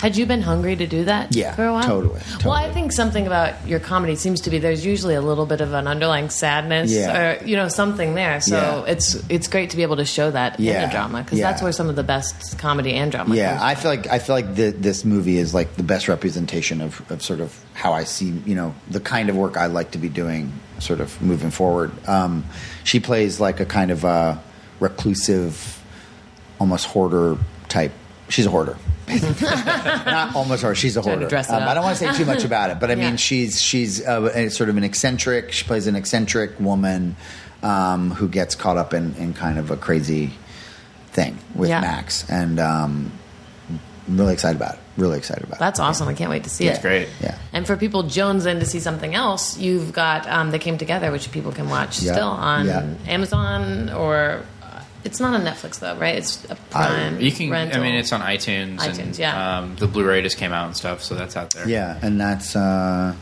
Speaker 4: Had you been hungry to do that?
Speaker 5: Yeah,
Speaker 4: for a while.
Speaker 5: totally,
Speaker 4: Well,
Speaker 5: totally.
Speaker 4: I think something about your comedy seems to be there's usually a little bit of an underlying sadness,
Speaker 5: Yeah.
Speaker 4: or you know something there. So
Speaker 5: Yeah.
Speaker 4: it's it's great to be able to show that in
Speaker 5: Yeah,
Speaker 4: a drama because
Speaker 5: yeah.
Speaker 4: that's where some of the best comedy and drama.
Speaker 5: Yeah,
Speaker 4: comes
Speaker 5: I feel like I feel like the, this movie is like the best representation of, of sort of how I see you know the kind of work I like to be doing, sort of moving forward. Um, she plays like a kind of uh reclusive, almost hoarder type. She's a hoarder, not almost hoarder. She's a
Speaker 4: Trying to
Speaker 5: hoarder.
Speaker 4: dress it
Speaker 5: Um, I
Speaker 4: up.
Speaker 5: don't want to say too much about it, but I
Speaker 4: Yeah.
Speaker 5: mean she's she's uh, a- sort of an eccentric. She plays an eccentric woman um, who gets caught up in, in kind of a crazy thing with
Speaker 4: Yeah.
Speaker 5: Max, and um, I'm really excited about it. Really excited about
Speaker 4: That's awesome. I can't wait to see it.
Speaker 3: It's great.
Speaker 5: it. Yeah.
Speaker 4: And for people Jones in to see something else, you've got um, They Came Together, which people can watch
Speaker 5: Yeah.
Speaker 4: still on
Speaker 5: Yeah.
Speaker 4: Amazon or uh, it's not on Netflix though, right? It's
Speaker 5: Uh,
Speaker 4: a Prime.
Speaker 3: You can. I
Speaker 4: rental.
Speaker 3: mean, it's on iTunes.
Speaker 4: iTunes,
Speaker 3: and,
Speaker 4: yeah.
Speaker 3: Um, the Blu-ray just came out and stuff, so that's out there.
Speaker 5: Yeah, and that's uh,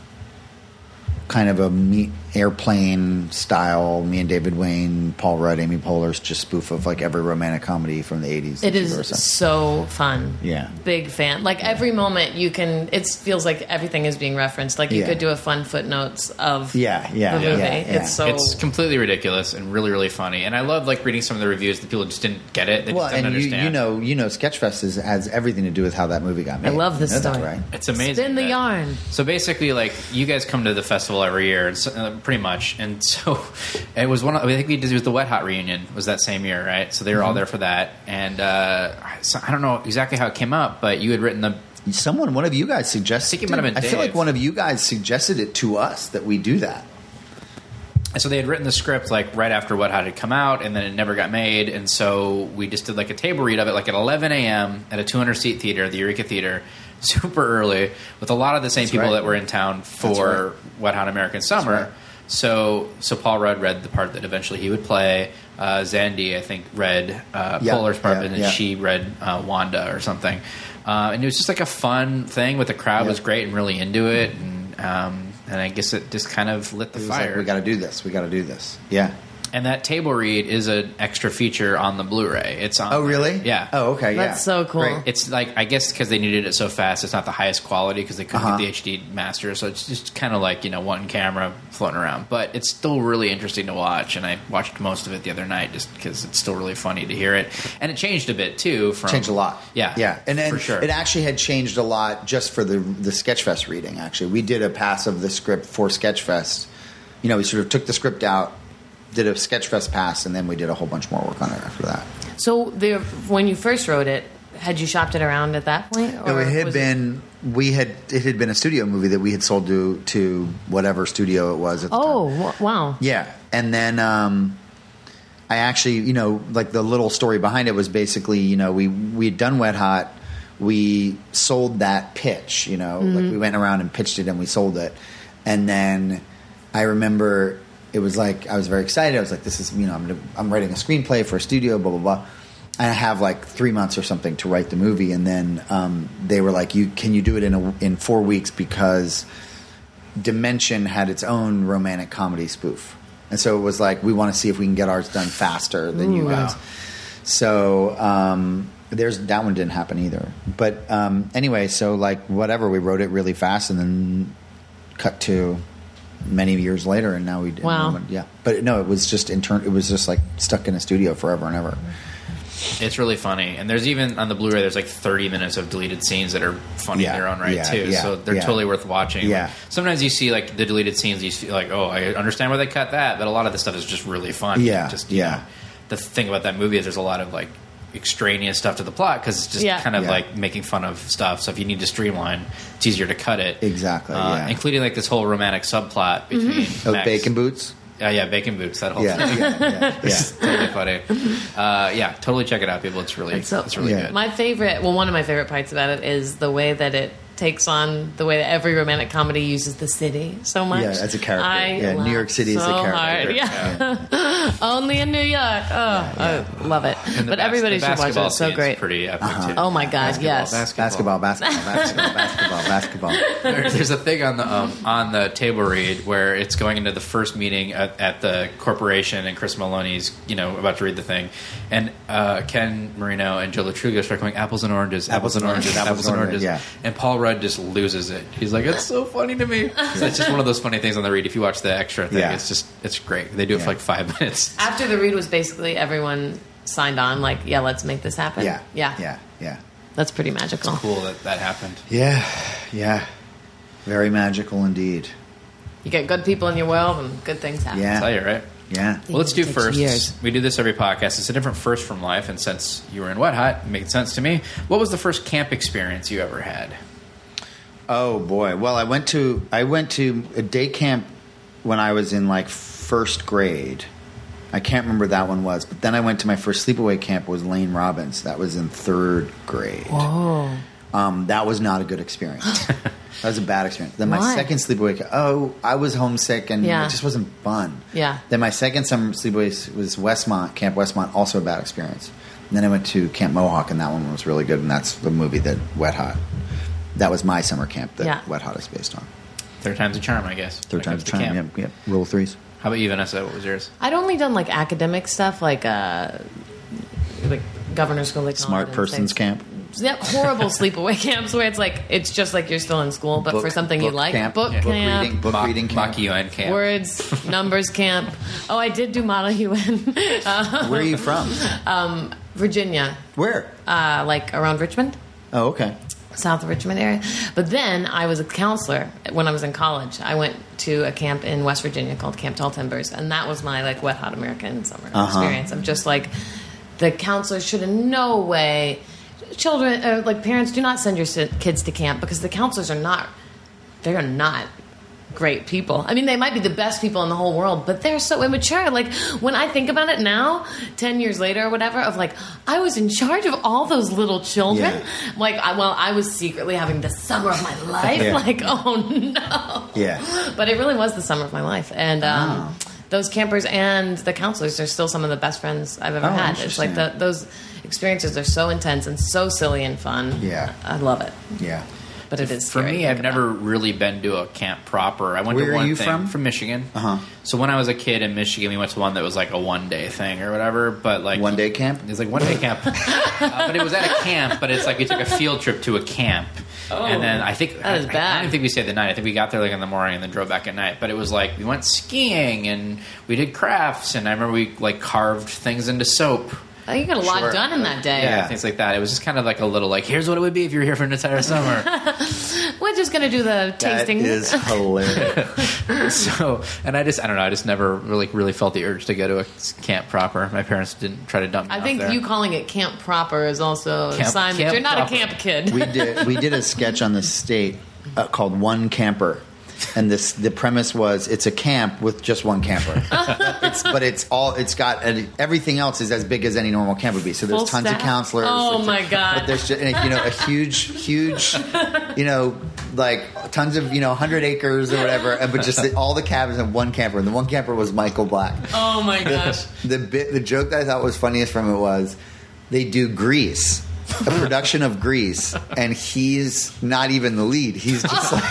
Speaker 5: kind of a me- airplane style. Me and David Wayne, Paul Rudd, Amy Poehler's just spoof of like every romantic comedy from the '80s.
Speaker 4: It
Speaker 5: and vice
Speaker 4: is
Speaker 5: versa.
Speaker 4: so fun.
Speaker 5: Yeah.
Speaker 4: Big fan. Like every moment you can it feels like everything is being referenced. Like you
Speaker 5: Yeah.
Speaker 4: could do a fun footnotes of
Speaker 5: Yeah, yeah,
Speaker 4: the
Speaker 5: yeah,
Speaker 4: movie.
Speaker 5: yeah.
Speaker 4: It's so
Speaker 3: It's completely ridiculous and really, really funny. And I love like reading some of the reviews that people just didn't get it. They
Speaker 5: Well,
Speaker 3: just didn't
Speaker 5: and you,
Speaker 3: understand.
Speaker 5: you know, you know, Sketchfest is, has everything to do with how that movie got made.
Speaker 4: love this
Speaker 5: you know that,
Speaker 4: story.
Speaker 5: right?
Speaker 3: It's amazing.
Speaker 4: Spin the
Speaker 3: that-
Speaker 4: yarn.
Speaker 3: So basically, like you guys come to the festival every year, and so, uh, pretty much. And so it was one. Of, I think we did it was the Wet Hot reunion was that same year, right? So they were
Speaker 5: Mm-hmm.
Speaker 3: all there for that. And uh, so I don't know exactly how it came up, but you had written the.
Speaker 5: Someone, one of you guys suggested.
Speaker 3: I think it might have been
Speaker 5: I feel like
Speaker 3: Dave.
Speaker 5: one of you guys suggested it to us that we do that.
Speaker 3: So they had written the script like right after Wet Hot had come out, and then it never got made. And so we just did like a table read of it, like at 11 a.m. at a 200 seat theater, the Eureka Theater, super early, with a lot of the same people
Speaker 5: right.
Speaker 3: that were in town for Wet Hot American Summer.
Speaker 5: right.
Speaker 3: So, so Paul Rudd read the part that eventually he would play. Uh, Zandy, I think, read uh,
Speaker 5: Yeah,
Speaker 3: Polar's part,
Speaker 5: yeah,
Speaker 3: and then
Speaker 5: yeah.
Speaker 3: she read uh, Wanda or something. Uh, and it was just like a fun thing. With the crowd
Speaker 5: Yeah.
Speaker 3: was great and really into it, and um, and I guess it just kind of lit the
Speaker 5: It was
Speaker 3: fire.
Speaker 5: like, we got to do this. We got to do this. Yeah.
Speaker 3: And that table read is an extra feature on the Blu-ray. It's on.
Speaker 5: Oh, really?
Speaker 3: there. Yeah.
Speaker 5: Oh, okay. yeah.
Speaker 4: That's so cool.
Speaker 5: Great.
Speaker 3: It's like I guess because they needed it so fast, it's not the highest quality because they couldn't
Speaker 5: Uh-huh.
Speaker 3: get the HD master. So it's just kind of like you know one camera floating around, but it's still really interesting to watch. And I watched most of it the other night just because it's still really funny to hear it. And it changed a bit too. From
Speaker 5: Changed a lot.
Speaker 3: Yeah,
Speaker 5: Yeah. And then
Speaker 3: for sure.
Speaker 5: it actually had changed a lot just for the the Sketchfest reading. Actually, we did a pass of the script for Sketchfest. You know, we sort of took the script out, did a Sketchfest pass, and then we did a whole bunch more work on it after that.
Speaker 4: So the when you first wrote it, had you shopped it around at that point?
Speaker 5: No, it had
Speaker 4: was
Speaker 5: been we had it had been a studio movie that we had sold to to whatever studio it was. At the
Speaker 4: Oh
Speaker 5: time.
Speaker 4: wa- wow!
Speaker 5: yeah, and then um, I actually you know like the little story behind it was basically you know we we had done Wet Hot, we sold that pitch you know like we went around and pitched it and we sold it, and then I remember it was like I was very excited. I was like this is you know I'm gonna, I'm writing a screenplay for a studio blah blah blah. And I have like three months or something to write the movie, and then um, they were like, "You can you do it in a, in four weeks because Dimension had its own romantic comedy spoof. And so it was like, we want to see if we can get ours done faster than you guys. So um, there's that one didn't happen either. But um, anyway, so like whatever, we wrote it really fast and then cut to many years later, and now we did.
Speaker 4: Wow.
Speaker 5: Yeah, but no, it was just intern. It was just like stuck in a studio forever and ever.
Speaker 3: It's really funny, and there's even on the Blu-ray. There's like 30 minutes of deleted scenes that are funny
Speaker 5: Yeah,
Speaker 3: in their own right
Speaker 5: yeah,
Speaker 3: too.
Speaker 5: yeah,
Speaker 3: so they're
Speaker 5: yeah.
Speaker 3: totally worth watching.
Speaker 5: Yeah.
Speaker 3: Sometimes you see like the deleted scenes, you see like, oh, I understand why they cut that, but a lot of the stuff is just really fun.
Speaker 5: Yeah,
Speaker 3: Just you
Speaker 5: yeah.
Speaker 3: know, the thing about that movie is there's a lot of like extraneous stuff to the plot because it's just
Speaker 4: Yeah.
Speaker 3: kind of
Speaker 5: Yeah.
Speaker 3: like making fun of stuff. So if you need to streamline, it's easier to cut it.
Speaker 5: Exactly,
Speaker 3: Uh,
Speaker 5: yeah.
Speaker 3: Including like this whole romantic subplot between
Speaker 5: Oh,
Speaker 3: Max-
Speaker 5: bacon boots.
Speaker 3: Uh, yeah, bacon boots. That whole
Speaker 5: Yeah,
Speaker 3: thing.
Speaker 5: yeah, yeah, yeah.
Speaker 3: It's totally funny. Uh, yeah, totally check it out, people. It's really,
Speaker 4: It's so-
Speaker 3: it's really
Speaker 5: Yeah.
Speaker 3: good.
Speaker 4: My favorite, well, one of my favorite parts about it is the way that it takes on the way that every romantic comedy uses the city so much.
Speaker 5: Yeah, as a character.
Speaker 4: I
Speaker 5: Yeah, New
Speaker 4: laugh
Speaker 5: York City is
Speaker 4: so
Speaker 5: the character.
Speaker 4: hard. Yeah, only in New York. Oh, I love it. But everybody should watch it. It's so great.
Speaker 3: Pretty epic too.
Speaker 4: oh my god, yes.
Speaker 5: Basketball, basketball, basketball, basketball, basketball.
Speaker 3: There- There's a thing on the um, on the table read where it's going into the first meeting at, at the corporation, and Chris Maloney's you know about to read the thing, and uh, Ken Marino and Joe Latruga start going apples and oranges, apples and oranges, apples and oranges,
Speaker 5: yeah.
Speaker 3: and Paul Rudd just loses it. He's like, "It's so funny to me." So it's just one of those funny things on the read. If you watch the extra thing,
Speaker 5: Yeah.
Speaker 3: it's just it's great. They do it
Speaker 5: Yeah.
Speaker 3: for like five minutes.
Speaker 4: After the read was basically everyone signed on. Like, yeah, let's make this happen.
Speaker 5: Yeah.
Speaker 4: yeah,
Speaker 5: Yeah. Yeah.
Speaker 4: That's pretty magical.
Speaker 3: Cool that that happened.
Speaker 5: Yeah. Yeah. Very magical indeed.
Speaker 4: You get good people in your world, and good things happen.
Speaker 5: Yeah.
Speaker 3: I'll tell you right.
Speaker 5: Yeah.
Speaker 3: Well, let's do
Speaker 6: It takes
Speaker 3: firsts.
Speaker 6: years.
Speaker 3: We do this every podcast. It's a different first from life, and since you were in Wet Hot, it made sense to me. What was the first camp experience you ever had?
Speaker 5: Oh boy. Well, I went to I went to a day camp when I was in like first grade. I can't remember that one was, but then I went to my first sleepaway camp was Lane Robbins. That was in third grade.
Speaker 6: Oh.
Speaker 5: Um, that was not a good experience. that was a bad experience. Then my
Speaker 6: Why?
Speaker 5: second sleepaway, ca- oh, I was homesick and
Speaker 4: Yeah.
Speaker 5: it just wasn't fun.
Speaker 4: Yeah.
Speaker 5: Then my second summer sleepaway was Westmont Camp Westmont, also a bad experience. And then I went to Camp Mohawk, and that one was really good. And that's the movie that Wet Hot. That was my summer camp that
Speaker 4: Yeah.
Speaker 5: Wet Hot is based on.
Speaker 3: Third time's a charm, I guess.
Speaker 5: Third
Speaker 3: That
Speaker 5: time's
Speaker 3: goes
Speaker 5: the
Speaker 3: to
Speaker 5: charm.
Speaker 3: camp.
Speaker 5: Yep, yep. Rule of threes.
Speaker 3: How about you, Vanessa? What was yours?
Speaker 4: I'd only done like academic stuff, like uh, like governor's school, they call it,
Speaker 5: Smart
Speaker 4: and things.
Speaker 5: person's camp.
Speaker 4: That horrible sleepaway camps where it's like it's just like you're still in school, but for
Speaker 5: Book-
Speaker 4: something you
Speaker 5: book
Speaker 4: like.
Speaker 5: camp,
Speaker 4: book
Speaker 5: book
Speaker 4: camp,
Speaker 5: reading, book
Speaker 3: Mach-
Speaker 5: reading
Speaker 3: Mach
Speaker 5: camp.
Speaker 3: UN camp.
Speaker 4: words, numbers camp. Oh, I did do model UN, uh,
Speaker 5: Where are you from?
Speaker 4: Virginia,
Speaker 5: Where?
Speaker 4: uh, like around Richmond.
Speaker 5: Oh, okay.
Speaker 4: south of Richmond area. But then I was a counselor when I was in college. I went to a camp in West Virginia called Camp Tall Timbers, and that was my like wet hot American summer experience. I'm just like the counselor should in no way children uh, like parents do not send your si- kids to camp because the counselors are not they are not great people. I mean, they might be the best people in the whole world, but they're so immature. Like when I think about it now, 10 years later or whatever, of like I was in charge of all those little children.
Speaker 5: Yeah.
Speaker 4: Like I, well, I was secretly having the summer of my life.
Speaker 5: Yeah.
Speaker 4: Like oh no.
Speaker 5: Yeah.
Speaker 4: But it really was the summer of my life and um Those campers and the counselors are still some of the best friends I've ever
Speaker 5: Oh,
Speaker 4: had. It's like the,
Speaker 5: interesting.
Speaker 4: those experiences are so intense and so silly and fun.
Speaker 5: Yeah.
Speaker 4: I love it,
Speaker 5: Yeah.
Speaker 4: but it is
Speaker 3: For
Speaker 4: scary
Speaker 3: me,
Speaker 4: to
Speaker 3: I've
Speaker 4: think about.
Speaker 3: never really been to a camp proper. I went
Speaker 5: Where
Speaker 3: to
Speaker 5: are
Speaker 3: one
Speaker 5: you
Speaker 3: thing
Speaker 5: from?
Speaker 3: from Michigan.
Speaker 5: Uh-huh.
Speaker 3: So when I was a kid in Michigan, we went to one that was like a one day thing or whatever. But like
Speaker 5: One day camp?
Speaker 3: It was like one day camp, uh, but it was at a camp. But it's like we took a field trip to a camp, and then I think
Speaker 4: Oh. That is
Speaker 3: I- I,
Speaker 4: bad.
Speaker 3: don't think we stayed the night. I think we got there like in the morning and then drove back at night. But it was like we went skiing and we did crafts, and I remember we like carved things into soap.
Speaker 4: Oh, you got a lot
Speaker 3: Sure.
Speaker 4: done in that day.
Speaker 3: Yeah,
Speaker 5: Yeah.
Speaker 3: things like that. It was just kind of like a little like here's what it would be if you were here for an entire summer.
Speaker 4: We're just gonna do the tasting.
Speaker 5: That is hilarious.
Speaker 3: So, and I just, I don't know, I just never really, really felt the urge to go to a camp proper. My parents didn't try to dump me.
Speaker 4: I
Speaker 3: off
Speaker 4: think
Speaker 3: there.
Speaker 4: you calling it camp proper is also a
Speaker 3: Camp-
Speaker 4: sign that
Speaker 3: camp
Speaker 4: you're not
Speaker 3: proper.
Speaker 4: a camp kid.
Speaker 5: we did we did a sketch on the state uh, called One Camper, and this the premise was it's a camp with just one camper. it's, but it's all it's got and everything else is as big as any normal camp would be. So there's
Speaker 4: Full
Speaker 5: tons
Speaker 4: staff?
Speaker 5: of counselors.
Speaker 4: Oh
Speaker 5: It's-
Speaker 4: my God.
Speaker 5: But there's just, you know a huge huge you know like tons of you know 100 acres or whatever, and but just the, all the cabins and one camper, and the one camper was Michael Black.
Speaker 4: oh my gosh.
Speaker 5: The bit, the joke that I thought was funniest from it was they do Grease, a production of Grease, and he's not even the lead. He's just like.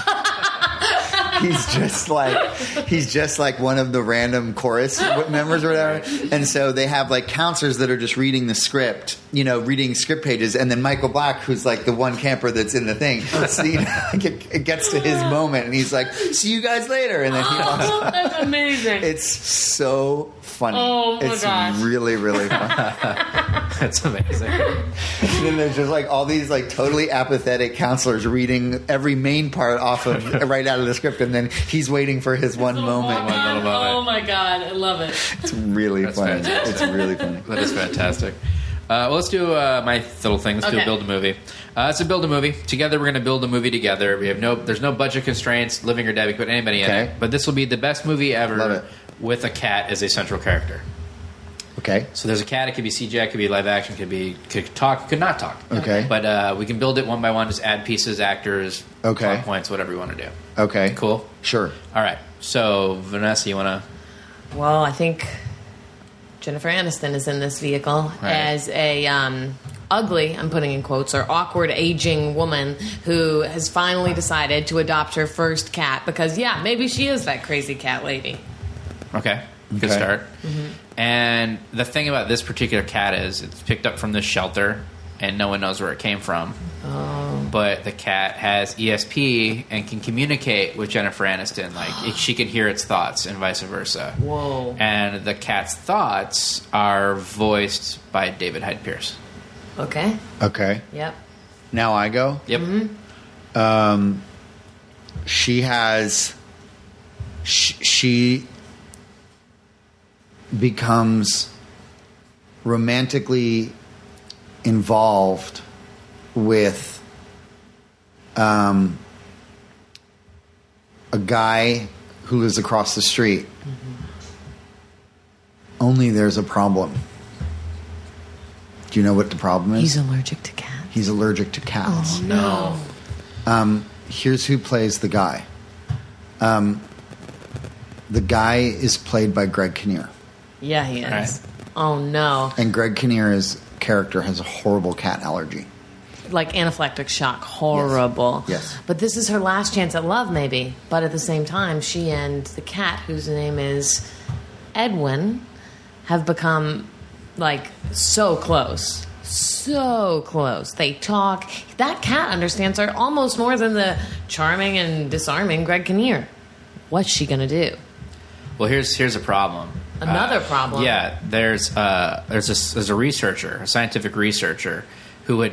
Speaker 5: He's just like he's just like one of the random chorus members or whatever, and so they have like counselors that are just reading the script, you know, reading script pages, and then Michael Black, who's like the one camper that's in the thing, so, you know, like, it, it gets to his moment, and he's like, "See you guys later," and then he walks
Speaker 4: Oh, That's amazing.
Speaker 5: it's so funny.
Speaker 4: Oh my
Speaker 5: it's
Speaker 4: gosh.
Speaker 5: really, really funny.
Speaker 3: That's amazing.
Speaker 5: and then there's just like all these like totally apathetic counselors reading every main part off of right out of the script, and then he's waiting for his one moment.
Speaker 3: one little moment.
Speaker 4: Oh my god, I love it.
Speaker 5: It's really
Speaker 3: That's
Speaker 5: funny.
Speaker 3: fantastic.
Speaker 5: It's really funny.
Speaker 3: That is fantastic. Uh, well, let's do uh, my little thing. Let's do
Speaker 4: Okay.
Speaker 3: build a movie. Uh, it's a build a movie. Together, we're going to build a movie together. We have no, there's no budget constraints. Living or dead, we could put anybody in
Speaker 5: Okay.
Speaker 3: it. But this will be the best movie ever
Speaker 5: Love it.
Speaker 3: with a cat as a central character.
Speaker 5: Okay.
Speaker 3: So there's a cat. It could be CGI. It could be live action. Could be could talk. Could not talk.
Speaker 5: Okay.
Speaker 3: But uh, we can build it one by one. Just add pieces, actors,
Speaker 5: Okay.
Speaker 3: plot points, whatever you want to do.
Speaker 5: Okay.
Speaker 3: Cool.
Speaker 5: Sure.
Speaker 3: All right. So Vanessa, you want
Speaker 4: Well, I think Jennifer Aniston is in this vehicle as a um, ugly, I'm putting in quotes, or awkward aging woman who has finally decided to adopt her first cat because, yeah, maybe she is that crazy cat lady.
Speaker 3: to? Okay. Good
Speaker 5: Okay.
Speaker 3: start. And the thing about this particular cat is it's picked up from this shelter, and no one knows where it came from. Oh. But the cat has ESP and can communicate with Jennifer Aniston. Like it, she can hear its thoughts, and vice versa.
Speaker 4: Whoa.
Speaker 3: and the cat's thoughts are voiced by David Hyde Pierce.
Speaker 4: Okay.
Speaker 5: Okay.
Speaker 4: Yep.
Speaker 5: Now I go.
Speaker 3: Yep.
Speaker 5: She has. She, she becomes romantically involved with um, a guy who lives across the street. Only there's a problem. Do you know what the problem is?
Speaker 4: He's allergic to cats.
Speaker 5: He's allergic to cats. Um,
Speaker 3: No.
Speaker 5: here's who plays the guy. Um, the guy is played by Greg Kinnear,
Speaker 4: Yeah, he is.
Speaker 3: Right.
Speaker 4: Oh, no.
Speaker 5: and Greg Kinnear's character has a horrible cat allergy.
Speaker 4: Like anaphylactic shock. Horrible.
Speaker 5: Yes.
Speaker 4: But this is her last chance at love, maybe. But at the same time, she and the cat, whose name is Edwin, have become like so close. So close. They talk. That cat understands her almost more than the charming and disarming Greg Kinnear. What's she going to do?
Speaker 3: Well, here's here's a problem.
Speaker 4: Another
Speaker 3: Uh,
Speaker 4: problem.
Speaker 3: Yeah, there's uh, there's a, there's a researcher, a scientific researcher, who had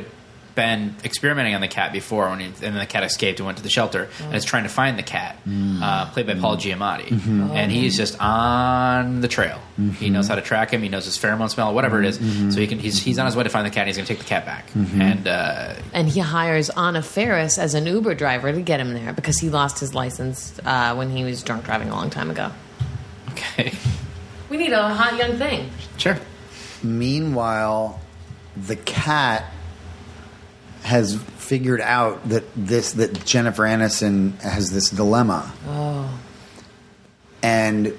Speaker 3: been experimenting on the cat before, when he, and then the cat escaped and went to the shelter,
Speaker 4: Mm.
Speaker 3: and is trying to find the cat, uh, played by Paul Giamatti,
Speaker 4: Mm-hmm.
Speaker 3: and he's just on the trail. He knows how to track him. He knows his pheromone smell, whatever it is. So he can he's he's on his way to find the cat. and He's going to take the cat back, and uh,
Speaker 4: and he hires Anna Ferris as an Uber driver to get him there because he lost his license uh, when he was drunk driving a long time ago.
Speaker 3: okay,
Speaker 4: We need a hot young thing.
Speaker 3: sure.
Speaker 5: Meanwhile, the cat has figured out that this that Jennifer Aniston has this dilemma. Oh. And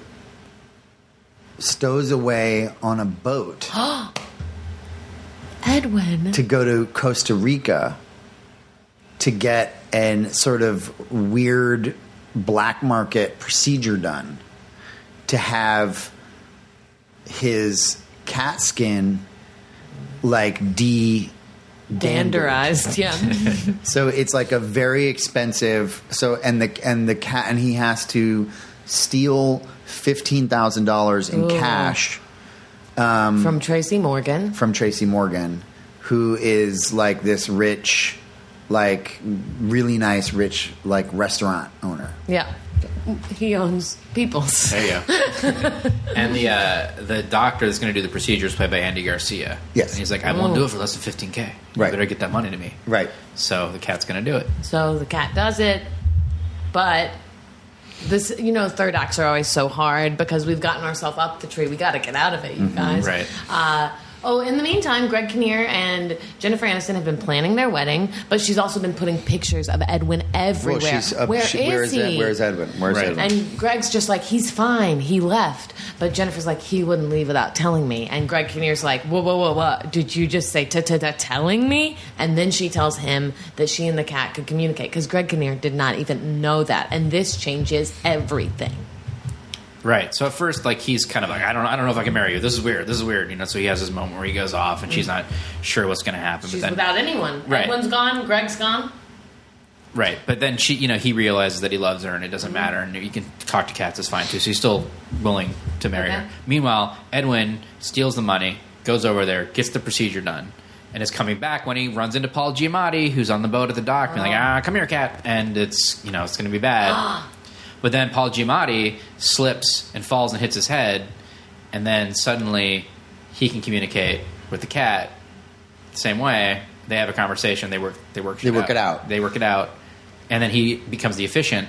Speaker 5: stows away on a boat
Speaker 4: Edwin.
Speaker 5: to go to Costa Rica to get an sort of weird black market procedure done to have his cat skin like de
Speaker 4: Danderized, yeah.
Speaker 5: so it's like a very expensive. So and the and the cat and he has to steal fifteen thousand dollars in
Speaker 4: Ooh.
Speaker 5: cash Um,
Speaker 4: From Tracy Morgan.
Speaker 5: from Tracy Morgan, who is like this rich, like really nice rich like restaurant owner.
Speaker 4: Yeah. He owns Peoples.
Speaker 3: There you go. and the uh, the doctor that's going to do the procedure is played by Andy Garcia.
Speaker 5: Yes.
Speaker 3: And he's like, I won't
Speaker 4: Oh.
Speaker 3: do it for less than 15K. You
Speaker 5: Right.
Speaker 3: better get that money to me.
Speaker 5: Right.
Speaker 3: So the cat's going to do it.
Speaker 4: So the cat does it, but this, you know, third acts are always so hard because we've gotten ourselves up the tree. We got to get out of it, you
Speaker 5: Mm-hmm.
Speaker 4: guys.
Speaker 3: right.
Speaker 4: Uh, oh, in the meantime, Greg Kinnear and Jennifer Aniston have been planning their wedding, but she's also been putting pictures of Edwin everywhere.
Speaker 5: up-
Speaker 4: Where
Speaker 5: she-
Speaker 4: is
Speaker 5: where is
Speaker 4: he?
Speaker 5: Ed- where is Edwin? Where is
Speaker 3: Right.
Speaker 5: Edwin?
Speaker 4: And Greg's just like, he's fine. He left. But Jennifer's like, he wouldn't leave without telling me. And Greg Kinnear's like, whoa, whoa, whoa, whoa. Did you just say ta ta ta telling me? And then she tells him that she and the cat could communicate because Greg Kinnear did not even know that. And this changes everything.
Speaker 3: Right. So at first, like he's kind of like, I don't, I don't know if I can marry you. This is weird. This is weird. You know. So he has this moment where he goes off, and she's not sure what's going to happen.
Speaker 4: Mm-hmm. She's
Speaker 3: but then,
Speaker 4: without anyone.
Speaker 3: Right.
Speaker 4: Everyone's gone. Greg's gone.
Speaker 3: right. But then she, you know, he realizes that he loves her, and it doesn't matter. And you can talk to cats; it's fine too. So he's still willing to marry
Speaker 4: Okay.
Speaker 3: her. Meanwhile, Edwin steals the money, goes over there, gets the procedure done, and is coming back when he runs into Paul Giamatti, who's on the boat at the dock, being like, "Ah, come here, cat," and it's you know it's going to be bad. but then Paul Giamatti slips and falls and hits his head, and then suddenly he can communicate with the cat the same way. They have a conversation. They work. They work.
Speaker 5: They work it out.
Speaker 3: They work it out, and then he becomes the efficient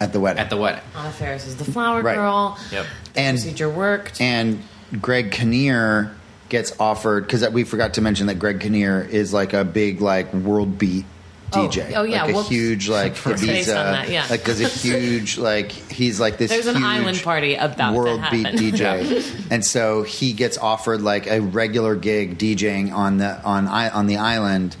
Speaker 5: at the wedding.
Speaker 3: at the wedding.
Speaker 4: Anna Ferris is the flower
Speaker 5: Right.
Speaker 4: girl.
Speaker 3: Yep.
Speaker 4: The
Speaker 5: And-
Speaker 4: procedure worked.
Speaker 5: and Greg Kinnear gets offered because we forgot to mention that Greg Kinnear is like a big like world beat
Speaker 4: Oh,
Speaker 5: DJ.
Speaker 4: oh, yeah,
Speaker 5: like a
Speaker 4: whoops.
Speaker 5: huge like
Speaker 4: Based on
Speaker 5: Ibiza,
Speaker 4: that, yeah.
Speaker 5: like there's a huge like he's like this.
Speaker 4: There's an
Speaker 5: huge
Speaker 4: island party about to
Speaker 5: world beat
Speaker 4: happen.
Speaker 5: DJ, and so he gets offered like a regular gig DJing on the on I on the island.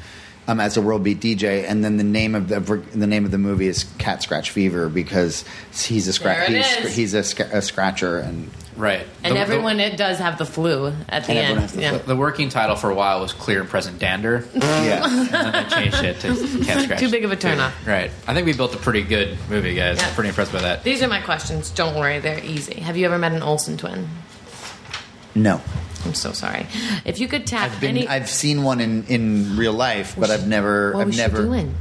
Speaker 5: Um, as a world beat DJ, and then the name of the the name of the movie is Cat Scratch Fever because he's a scratch
Speaker 4: There it
Speaker 5: he's,
Speaker 4: is.
Speaker 5: he's a, sc- a scratcher and
Speaker 3: Right.
Speaker 4: And
Speaker 3: The- the-
Speaker 4: everyone it does have the flu at the
Speaker 5: And everyone
Speaker 4: end.
Speaker 5: has the
Speaker 4: yeah.
Speaker 5: flu.
Speaker 3: The working title for a while was Clear and Present Dander, and
Speaker 5: yeah.
Speaker 3: then they changed it to Cat Scratch.
Speaker 4: Too big of a turnoff.
Speaker 3: Right. I think we built a pretty good movie, guys.
Speaker 4: Yeah.
Speaker 3: I'm pretty impressed by that.
Speaker 4: These are my questions. Don't worry, they're easy. Have you ever met an Olsen twin?
Speaker 5: No,
Speaker 4: I'm so sorry. If you could tap
Speaker 5: I've been.
Speaker 4: any,
Speaker 5: I've seen one in in real life, but
Speaker 4: Was
Speaker 5: I've
Speaker 4: she-
Speaker 5: never.
Speaker 4: what
Speaker 5: I've
Speaker 4: was she
Speaker 5: never
Speaker 4: doing?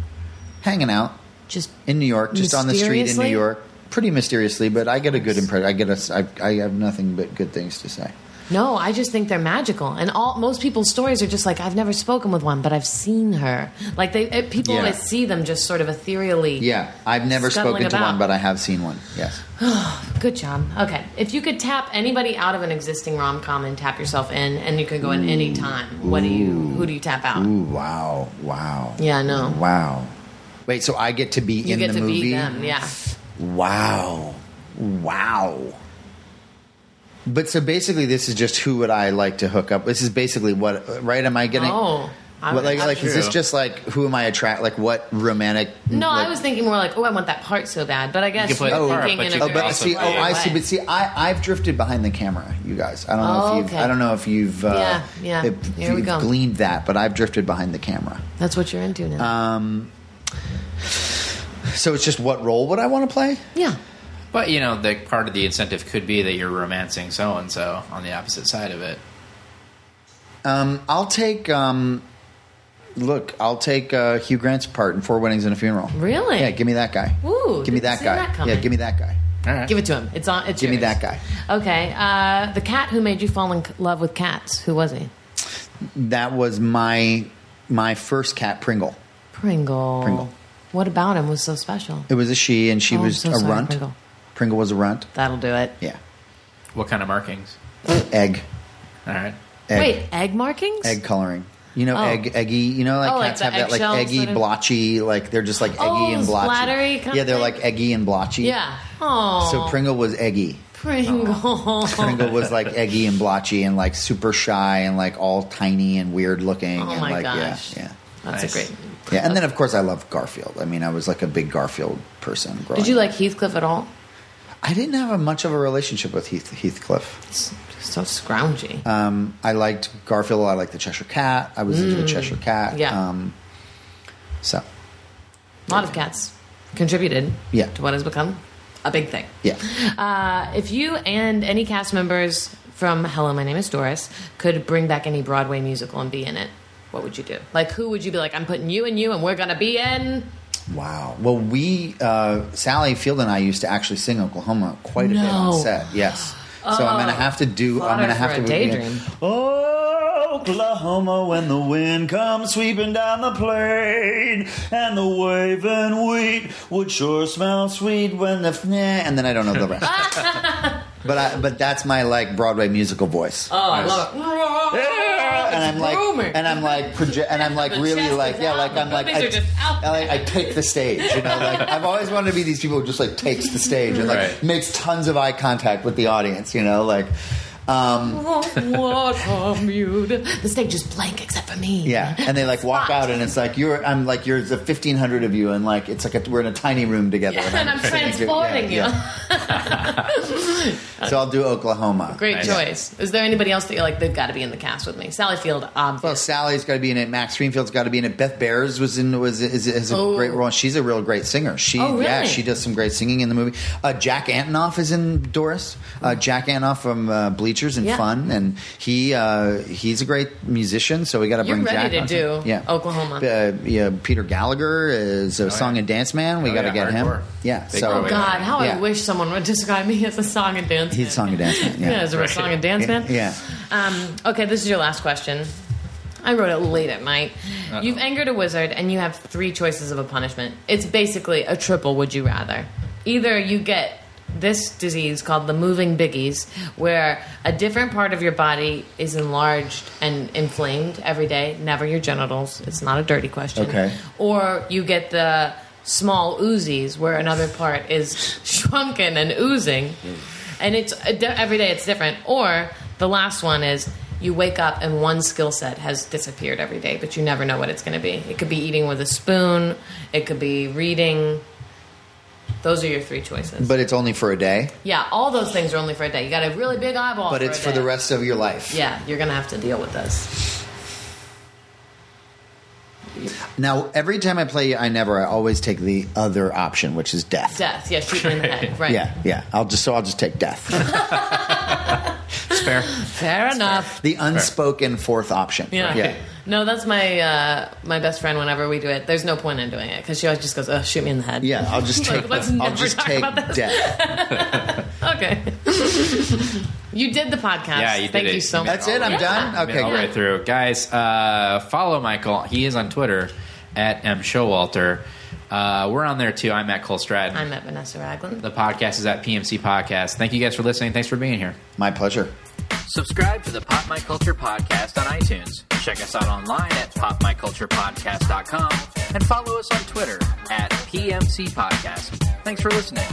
Speaker 5: hanging out
Speaker 4: Just
Speaker 5: in New York, just on the street in New
Speaker 4: Mysteriously?
Speaker 5: York, pretty mysteriously. But I get a good impression. I get a. s- I, I have nothing but good things to say.
Speaker 4: No, I just think they're magical, and all most people's stories are just like I've never spoken with one, but I've seen her. Like they, it, people
Speaker 5: Yeah.
Speaker 4: always see them just sort of ethereally.
Speaker 5: Yeah, I've never
Speaker 4: Scuttling
Speaker 5: spoken to
Speaker 4: about.
Speaker 5: one, but I have seen one. Yes.
Speaker 4: Good job. Okay, if you could tap anybody out of an existing rom com and tap yourself in, and you could go in any time, what do you? Who do you tap out?
Speaker 5: Ooh, wow, wow.
Speaker 4: Yeah, I know.
Speaker 5: Wow. Wait, so I get to be
Speaker 4: You
Speaker 5: in
Speaker 4: get
Speaker 5: the
Speaker 4: to
Speaker 5: movie.
Speaker 4: be them. Yeah.
Speaker 5: Wow. Wow. But so basically, this is just who would I like to hook up? This is basically what, right? Am I getting?
Speaker 4: Oh, I
Speaker 5: What,
Speaker 4: would-
Speaker 5: like,
Speaker 4: that's
Speaker 5: like is this
Speaker 3: true.
Speaker 5: just like who am I attract? Like what romantic?
Speaker 4: No,
Speaker 5: like,
Speaker 4: I was thinking more like, oh, I want that part so bad. But I guess
Speaker 3: can play
Speaker 4: you're
Speaker 3: the part,
Speaker 4: thinking
Speaker 3: but
Speaker 4: in
Speaker 3: you
Speaker 4: a
Speaker 5: Oh,
Speaker 3: could
Speaker 4: very
Speaker 5: but
Speaker 3: also
Speaker 5: see, oh,
Speaker 3: play
Speaker 5: I
Speaker 4: way.
Speaker 5: see. But see, I I've drifted behind the camera, you guys. I don't know
Speaker 4: Oh,
Speaker 5: if you've,
Speaker 4: okay.
Speaker 5: I don't know if you've, uh,
Speaker 4: Yeah, yeah.
Speaker 5: if
Speaker 4: Here we
Speaker 5: you've
Speaker 4: go.
Speaker 5: gleaned that, but I've drifted behind the camera.
Speaker 4: That's what you're into now.
Speaker 5: Uh, So it's just what role would I want to play?
Speaker 4: yeah.
Speaker 3: But you know, the part of the incentive could be that you're romancing so and so on the opposite side of it.
Speaker 5: Um, I'll take. Um, look, I'll take uh, Hugh Grant's part in Four Weddings and a Funeral.
Speaker 4: Really?
Speaker 5: Yeah, give me that guy.
Speaker 4: Ooh,
Speaker 5: give me
Speaker 4: didn't
Speaker 5: that
Speaker 4: see
Speaker 5: guy.
Speaker 4: that
Speaker 5: yeah,
Speaker 4: coming.
Speaker 5: give me that guy.
Speaker 3: All right.
Speaker 4: Give it to him. It's on. It's
Speaker 5: Give me
Speaker 4: yours.
Speaker 5: that guy.
Speaker 4: Okay. Uh, the cat who made you fall in c- love with cats. Who was he?
Speaker 5: That was my my first cat, Pringle.
Speaker 4: Pringle.
Speaker 5: Pringle.
Speaker 4: What about him was so special?
Speaker 5: It was a she, and she
Speaker 4: Oh, I'm
Speaker 5: was
Speaker 4: so
Speaker 5: a
Speaker 4: sorry,
Speaker 5: runt.
Speaker 4: Pringle.
Speaker 5: Pringle was a runt.
Speaker 4: That'll do it.
Speaker 5: Yeah,
Speaker 3: what kind of markings?
Speaker 5: egg.
Speaker 3: All right.
Speaker 5: egg.
Speaker 4: Wait, egg markings?
Speaker 5: egg coloring. You know,
Speaker 4: Oh.
Speaker 5: egg, eggy. You know, like
Speaker 4: Oh, like
Speaker 5: cats
Speaker 4: the
Speaker 5: have that, like
Speaker 4: eggshells
Speaker 5: eggy,
Speaker 4: sort of-
Speaker 5: blotchy. Like they're just like eggy
Speaker 4: Oh,
Speaker 5: and blotchy.
Speaker 4: splattery kind
Speaker 5: yeah,
Speaker 4: of
Speaker 5: they're
Speaker 4: thing?
Speaker 5: like eggy and blotchy.
Speaker 4: Yeah. Oh.
Speaker 5: So Pringle was eggy.
Speaker 4: Pringle.
Speaker 5: Pringle was like eggy and blotchy and like super shy and like all tiny and weird looking.
Speaker 4: Oh
Speaker 5: and
Speaker 4: my
Speaker 5: like,
Speaker 4: gosh.
Speaker 5: Yeah, yeah.
Speaker 4: That's
Speaker 3: Nice.
Speaker 4: a great.
Speaker 5: Yeah, and then of course I love Garfield. I mean, I was like a big Garfield person growing.
Speaker 4: Did you
Speaker 5: up.
Speaker 4: like Heathcliff at all?
Speaker 5: I didn't have a much of a relationship with Heath, Heathcliff.
Speaker 4: It's so scroungy.
Speaker 5: Um, I liked Garfield. I liked the Cheshire Cat. I was into the Cheshire Cat.
Speaker 4: Mm. Yeah.
Speaker 5: Um, so
Speaker 4: a lot of cats contributed
Speaker 5: Yeah.
Speaker 4: to what has become a big thing.
Speaker 5: yeah,
Speaker 4: Uh, if you and any cast members from Hello, My Name is Doris could bring back any Broadway musical and be in it, what would you do? Like, who would you be like, I'm putting you and you and we're going to be in?
Speaker 5: wow. Well, we uh, Sally Field and I used to actually sing Oklahoma quite a bit on
Speaker 4: No. Oh.
Speaker 5: set. Yes. So I'm gonna have to do. I'm
Speaker 4: fodder
Speaker 5: gonna have
Speaker 4: for
Speaker 5: to
Speaker 4: a daydream.
Speaker 5: Oklahoma, when the wind comes sweeping down the plain, and the waving wheat would sure smell sweet when the f- and then I don't know the rest. but I, but that's my like Broadway musical voice.
Speaker 4: Oh, I love it.
Speaker 5: and I'm like,
Speaker 4: booming.
Speaker 5: and I'm like, proje- and I'm like,
Speaker 4: The
Speaker 5: really
Speaker 4: chest
Speaker 5: like,
Speaker 4: is
Speaker 5: yeah,
Speaker 4: out.
Speaker 5: like I'm like,
Speaker 4: Boobies
Speaker 5: I,
Speaker 4: are just out
Speaker 5: I, like, I take the stage, you know. Like I've always wanted to be these people who just like takes the stage and like
Speaker 3: Right.
Speaker 5: makes tons of eye contact with the audience, you know, like. Um,
Speaker 4: what a mute. The stage is blank except for me.
Speaker 5: yeah, and they like walk out, and it's like you're. I'm like you're the fifteen hundred of you, and like it's like a, we're in a tiny room together.
Speaker 4: And I'm
Speaker 5: sitting through-
Speaker 4: transporting you.
Speaker 5: yeah. So I'll do Oklahoma.
Speaker 4: Great
Speaker 3: Nice.
Speaker 4: choice. Is there anybody else that you're like, they've got to be in the cast with me? Sally Field,
Speaker 5: Well,
Speaker 4: obviously.
Speaker 5: Sally's got to be in it. Max Greenfield's got to be in it. Beth Bears was in was is, is a
Speaker 4: Oh.
Speaker 5: great role. She's a real great singer. She
Speaker 4: Oh,
Speaker 5: yeah,
Speaker 4: really?
Speaker 5: she does some great singing in the movie. Uh, Jack Antonoff is in Doris. Uh, Jack Antonoff from uh, Bleachers and
Speaker 4: Oh. Yeah.
Speaker 5: Fun, and he uh, he's a great musician. So we got to
Speaker 4: You're
Speaker 5: bring
Speaker 4: ready
Speaker 5: Jack
Speaker 4: to
Speaker 5: on.
Speaker 4: do Oklahoma.
Speaker 5: Uh, yeah, Peter Gallagher is a song and dance man. We
Speaker 3: Oh,
Speaker 5: got to
Speaker 3: yeah,
Speaker 5: get
Speaker 3: hardcore.
Speaker 5: him. Yeah,
Speaker 3: Big
Speaker 5: so
Speaker 3: boy.
Speaker 4: God, how
Speaker 5: Yeah.
Speaker 4: I wish someone would describe me as a song and dance
Speaker 5: he's
Speaker 4: man.
Speaker 5: song and dance man.
Speaker 4: Yeah,
Speaker 5: Yeah,
Speaker 4: as a
Speaker 3: Right.
Speaker 4: song and dance man.
Speaker 5: yeah.
Speaker 4: Um, okay, this is your last question. I wrote it late at night. You've angered a wizard, and you have three choices of a punishment. It's basically a triple. Would you rather? Either you get this disease called the moving biggies, where a different part of your body is enlarged and inflamed every day. Never your genitals. It's not a dirty question.
Speaker 5: Okay.
Speaker 4: Or you get the small oozies, where another part is shrunken and oozing, and it's uh, every day it's different. Or the last one is. You wake up and one skill set has disappeared every day, but you never know what it's going to be. It could be eating with a spoon, it could be reading. Those are your three choices.
Speaker 5: But it's only for a day.
Speaker 4: Yeah, all those things are only for a day. You got a really big eyeball.
Speaker 5: But
Speaker 4: for
Speaker 5: it's
Speaker 4: a
Speaker 5: for
Speaker 4: day.
Speaker 5: the rest of your life.
Speaker 4: Yeah, you're gonna have to deal with this.
Speaker 5: Now, every time I play, I never. I always take the other option, which is death.
Speaker 4: Death. Yeah, shoot me in the head. Right.
Speaker 5: Yeah, yeah. I'll just so I'll just take death.
Speaker 3: It's fair.
Speaker 4: Fair enough.
Speaker 5: the unspoken fourth option.
Speaker 4: Yeah.
Speaker 5: yeah.
Speaker 4: No, that's my uh, my best friend. Whenever we do it, there's no point in doing it because she always just goes, "Oh, shoot me in the head."
Speaker 5: Yeah, I'll just
Speaker 4: Like,
Speaker 5: take.
Speaker 4: let's
Speaker 5: I'll
Speaker 4: never
Speaker 5: just
Speaker 4: talk
Speaker 5: take
Speaker 4: about this.
Speaker 5: death.
Speaker 4: Okay. you did the podcast.
Speaker 3: Yeah, you did
Speaker 4: Thank
Speaker 3: it.
Speaker 4: you so
Speaker 3: You
Speaker 4: much.
Speaker 3: made
Speaker 5: That's it. I'm done.
Speaker 3: I mean,
Speaker 5: Okay,
Speaker 3: all
Speaker 5: good.
Speaker 3: right through, guys. Uh, follow Michael. He is on Twitter at m showalter. Uh, we're on there too. I'm at Cole Stratton.
Speaker 4: I'm at Vanessa Ragland.
Speaker 3: the podcast is at PMC Podcast. Thank you guys for listening. Thanks for being here.
Speaker 5: My pleasure.
Speaker 7: Subscribe to the Pop My Culture Podcast on iTunes. Check us out online at popmyculturepodcast.com and follow us on Twitter at PMC Podcast. Thanks for listening.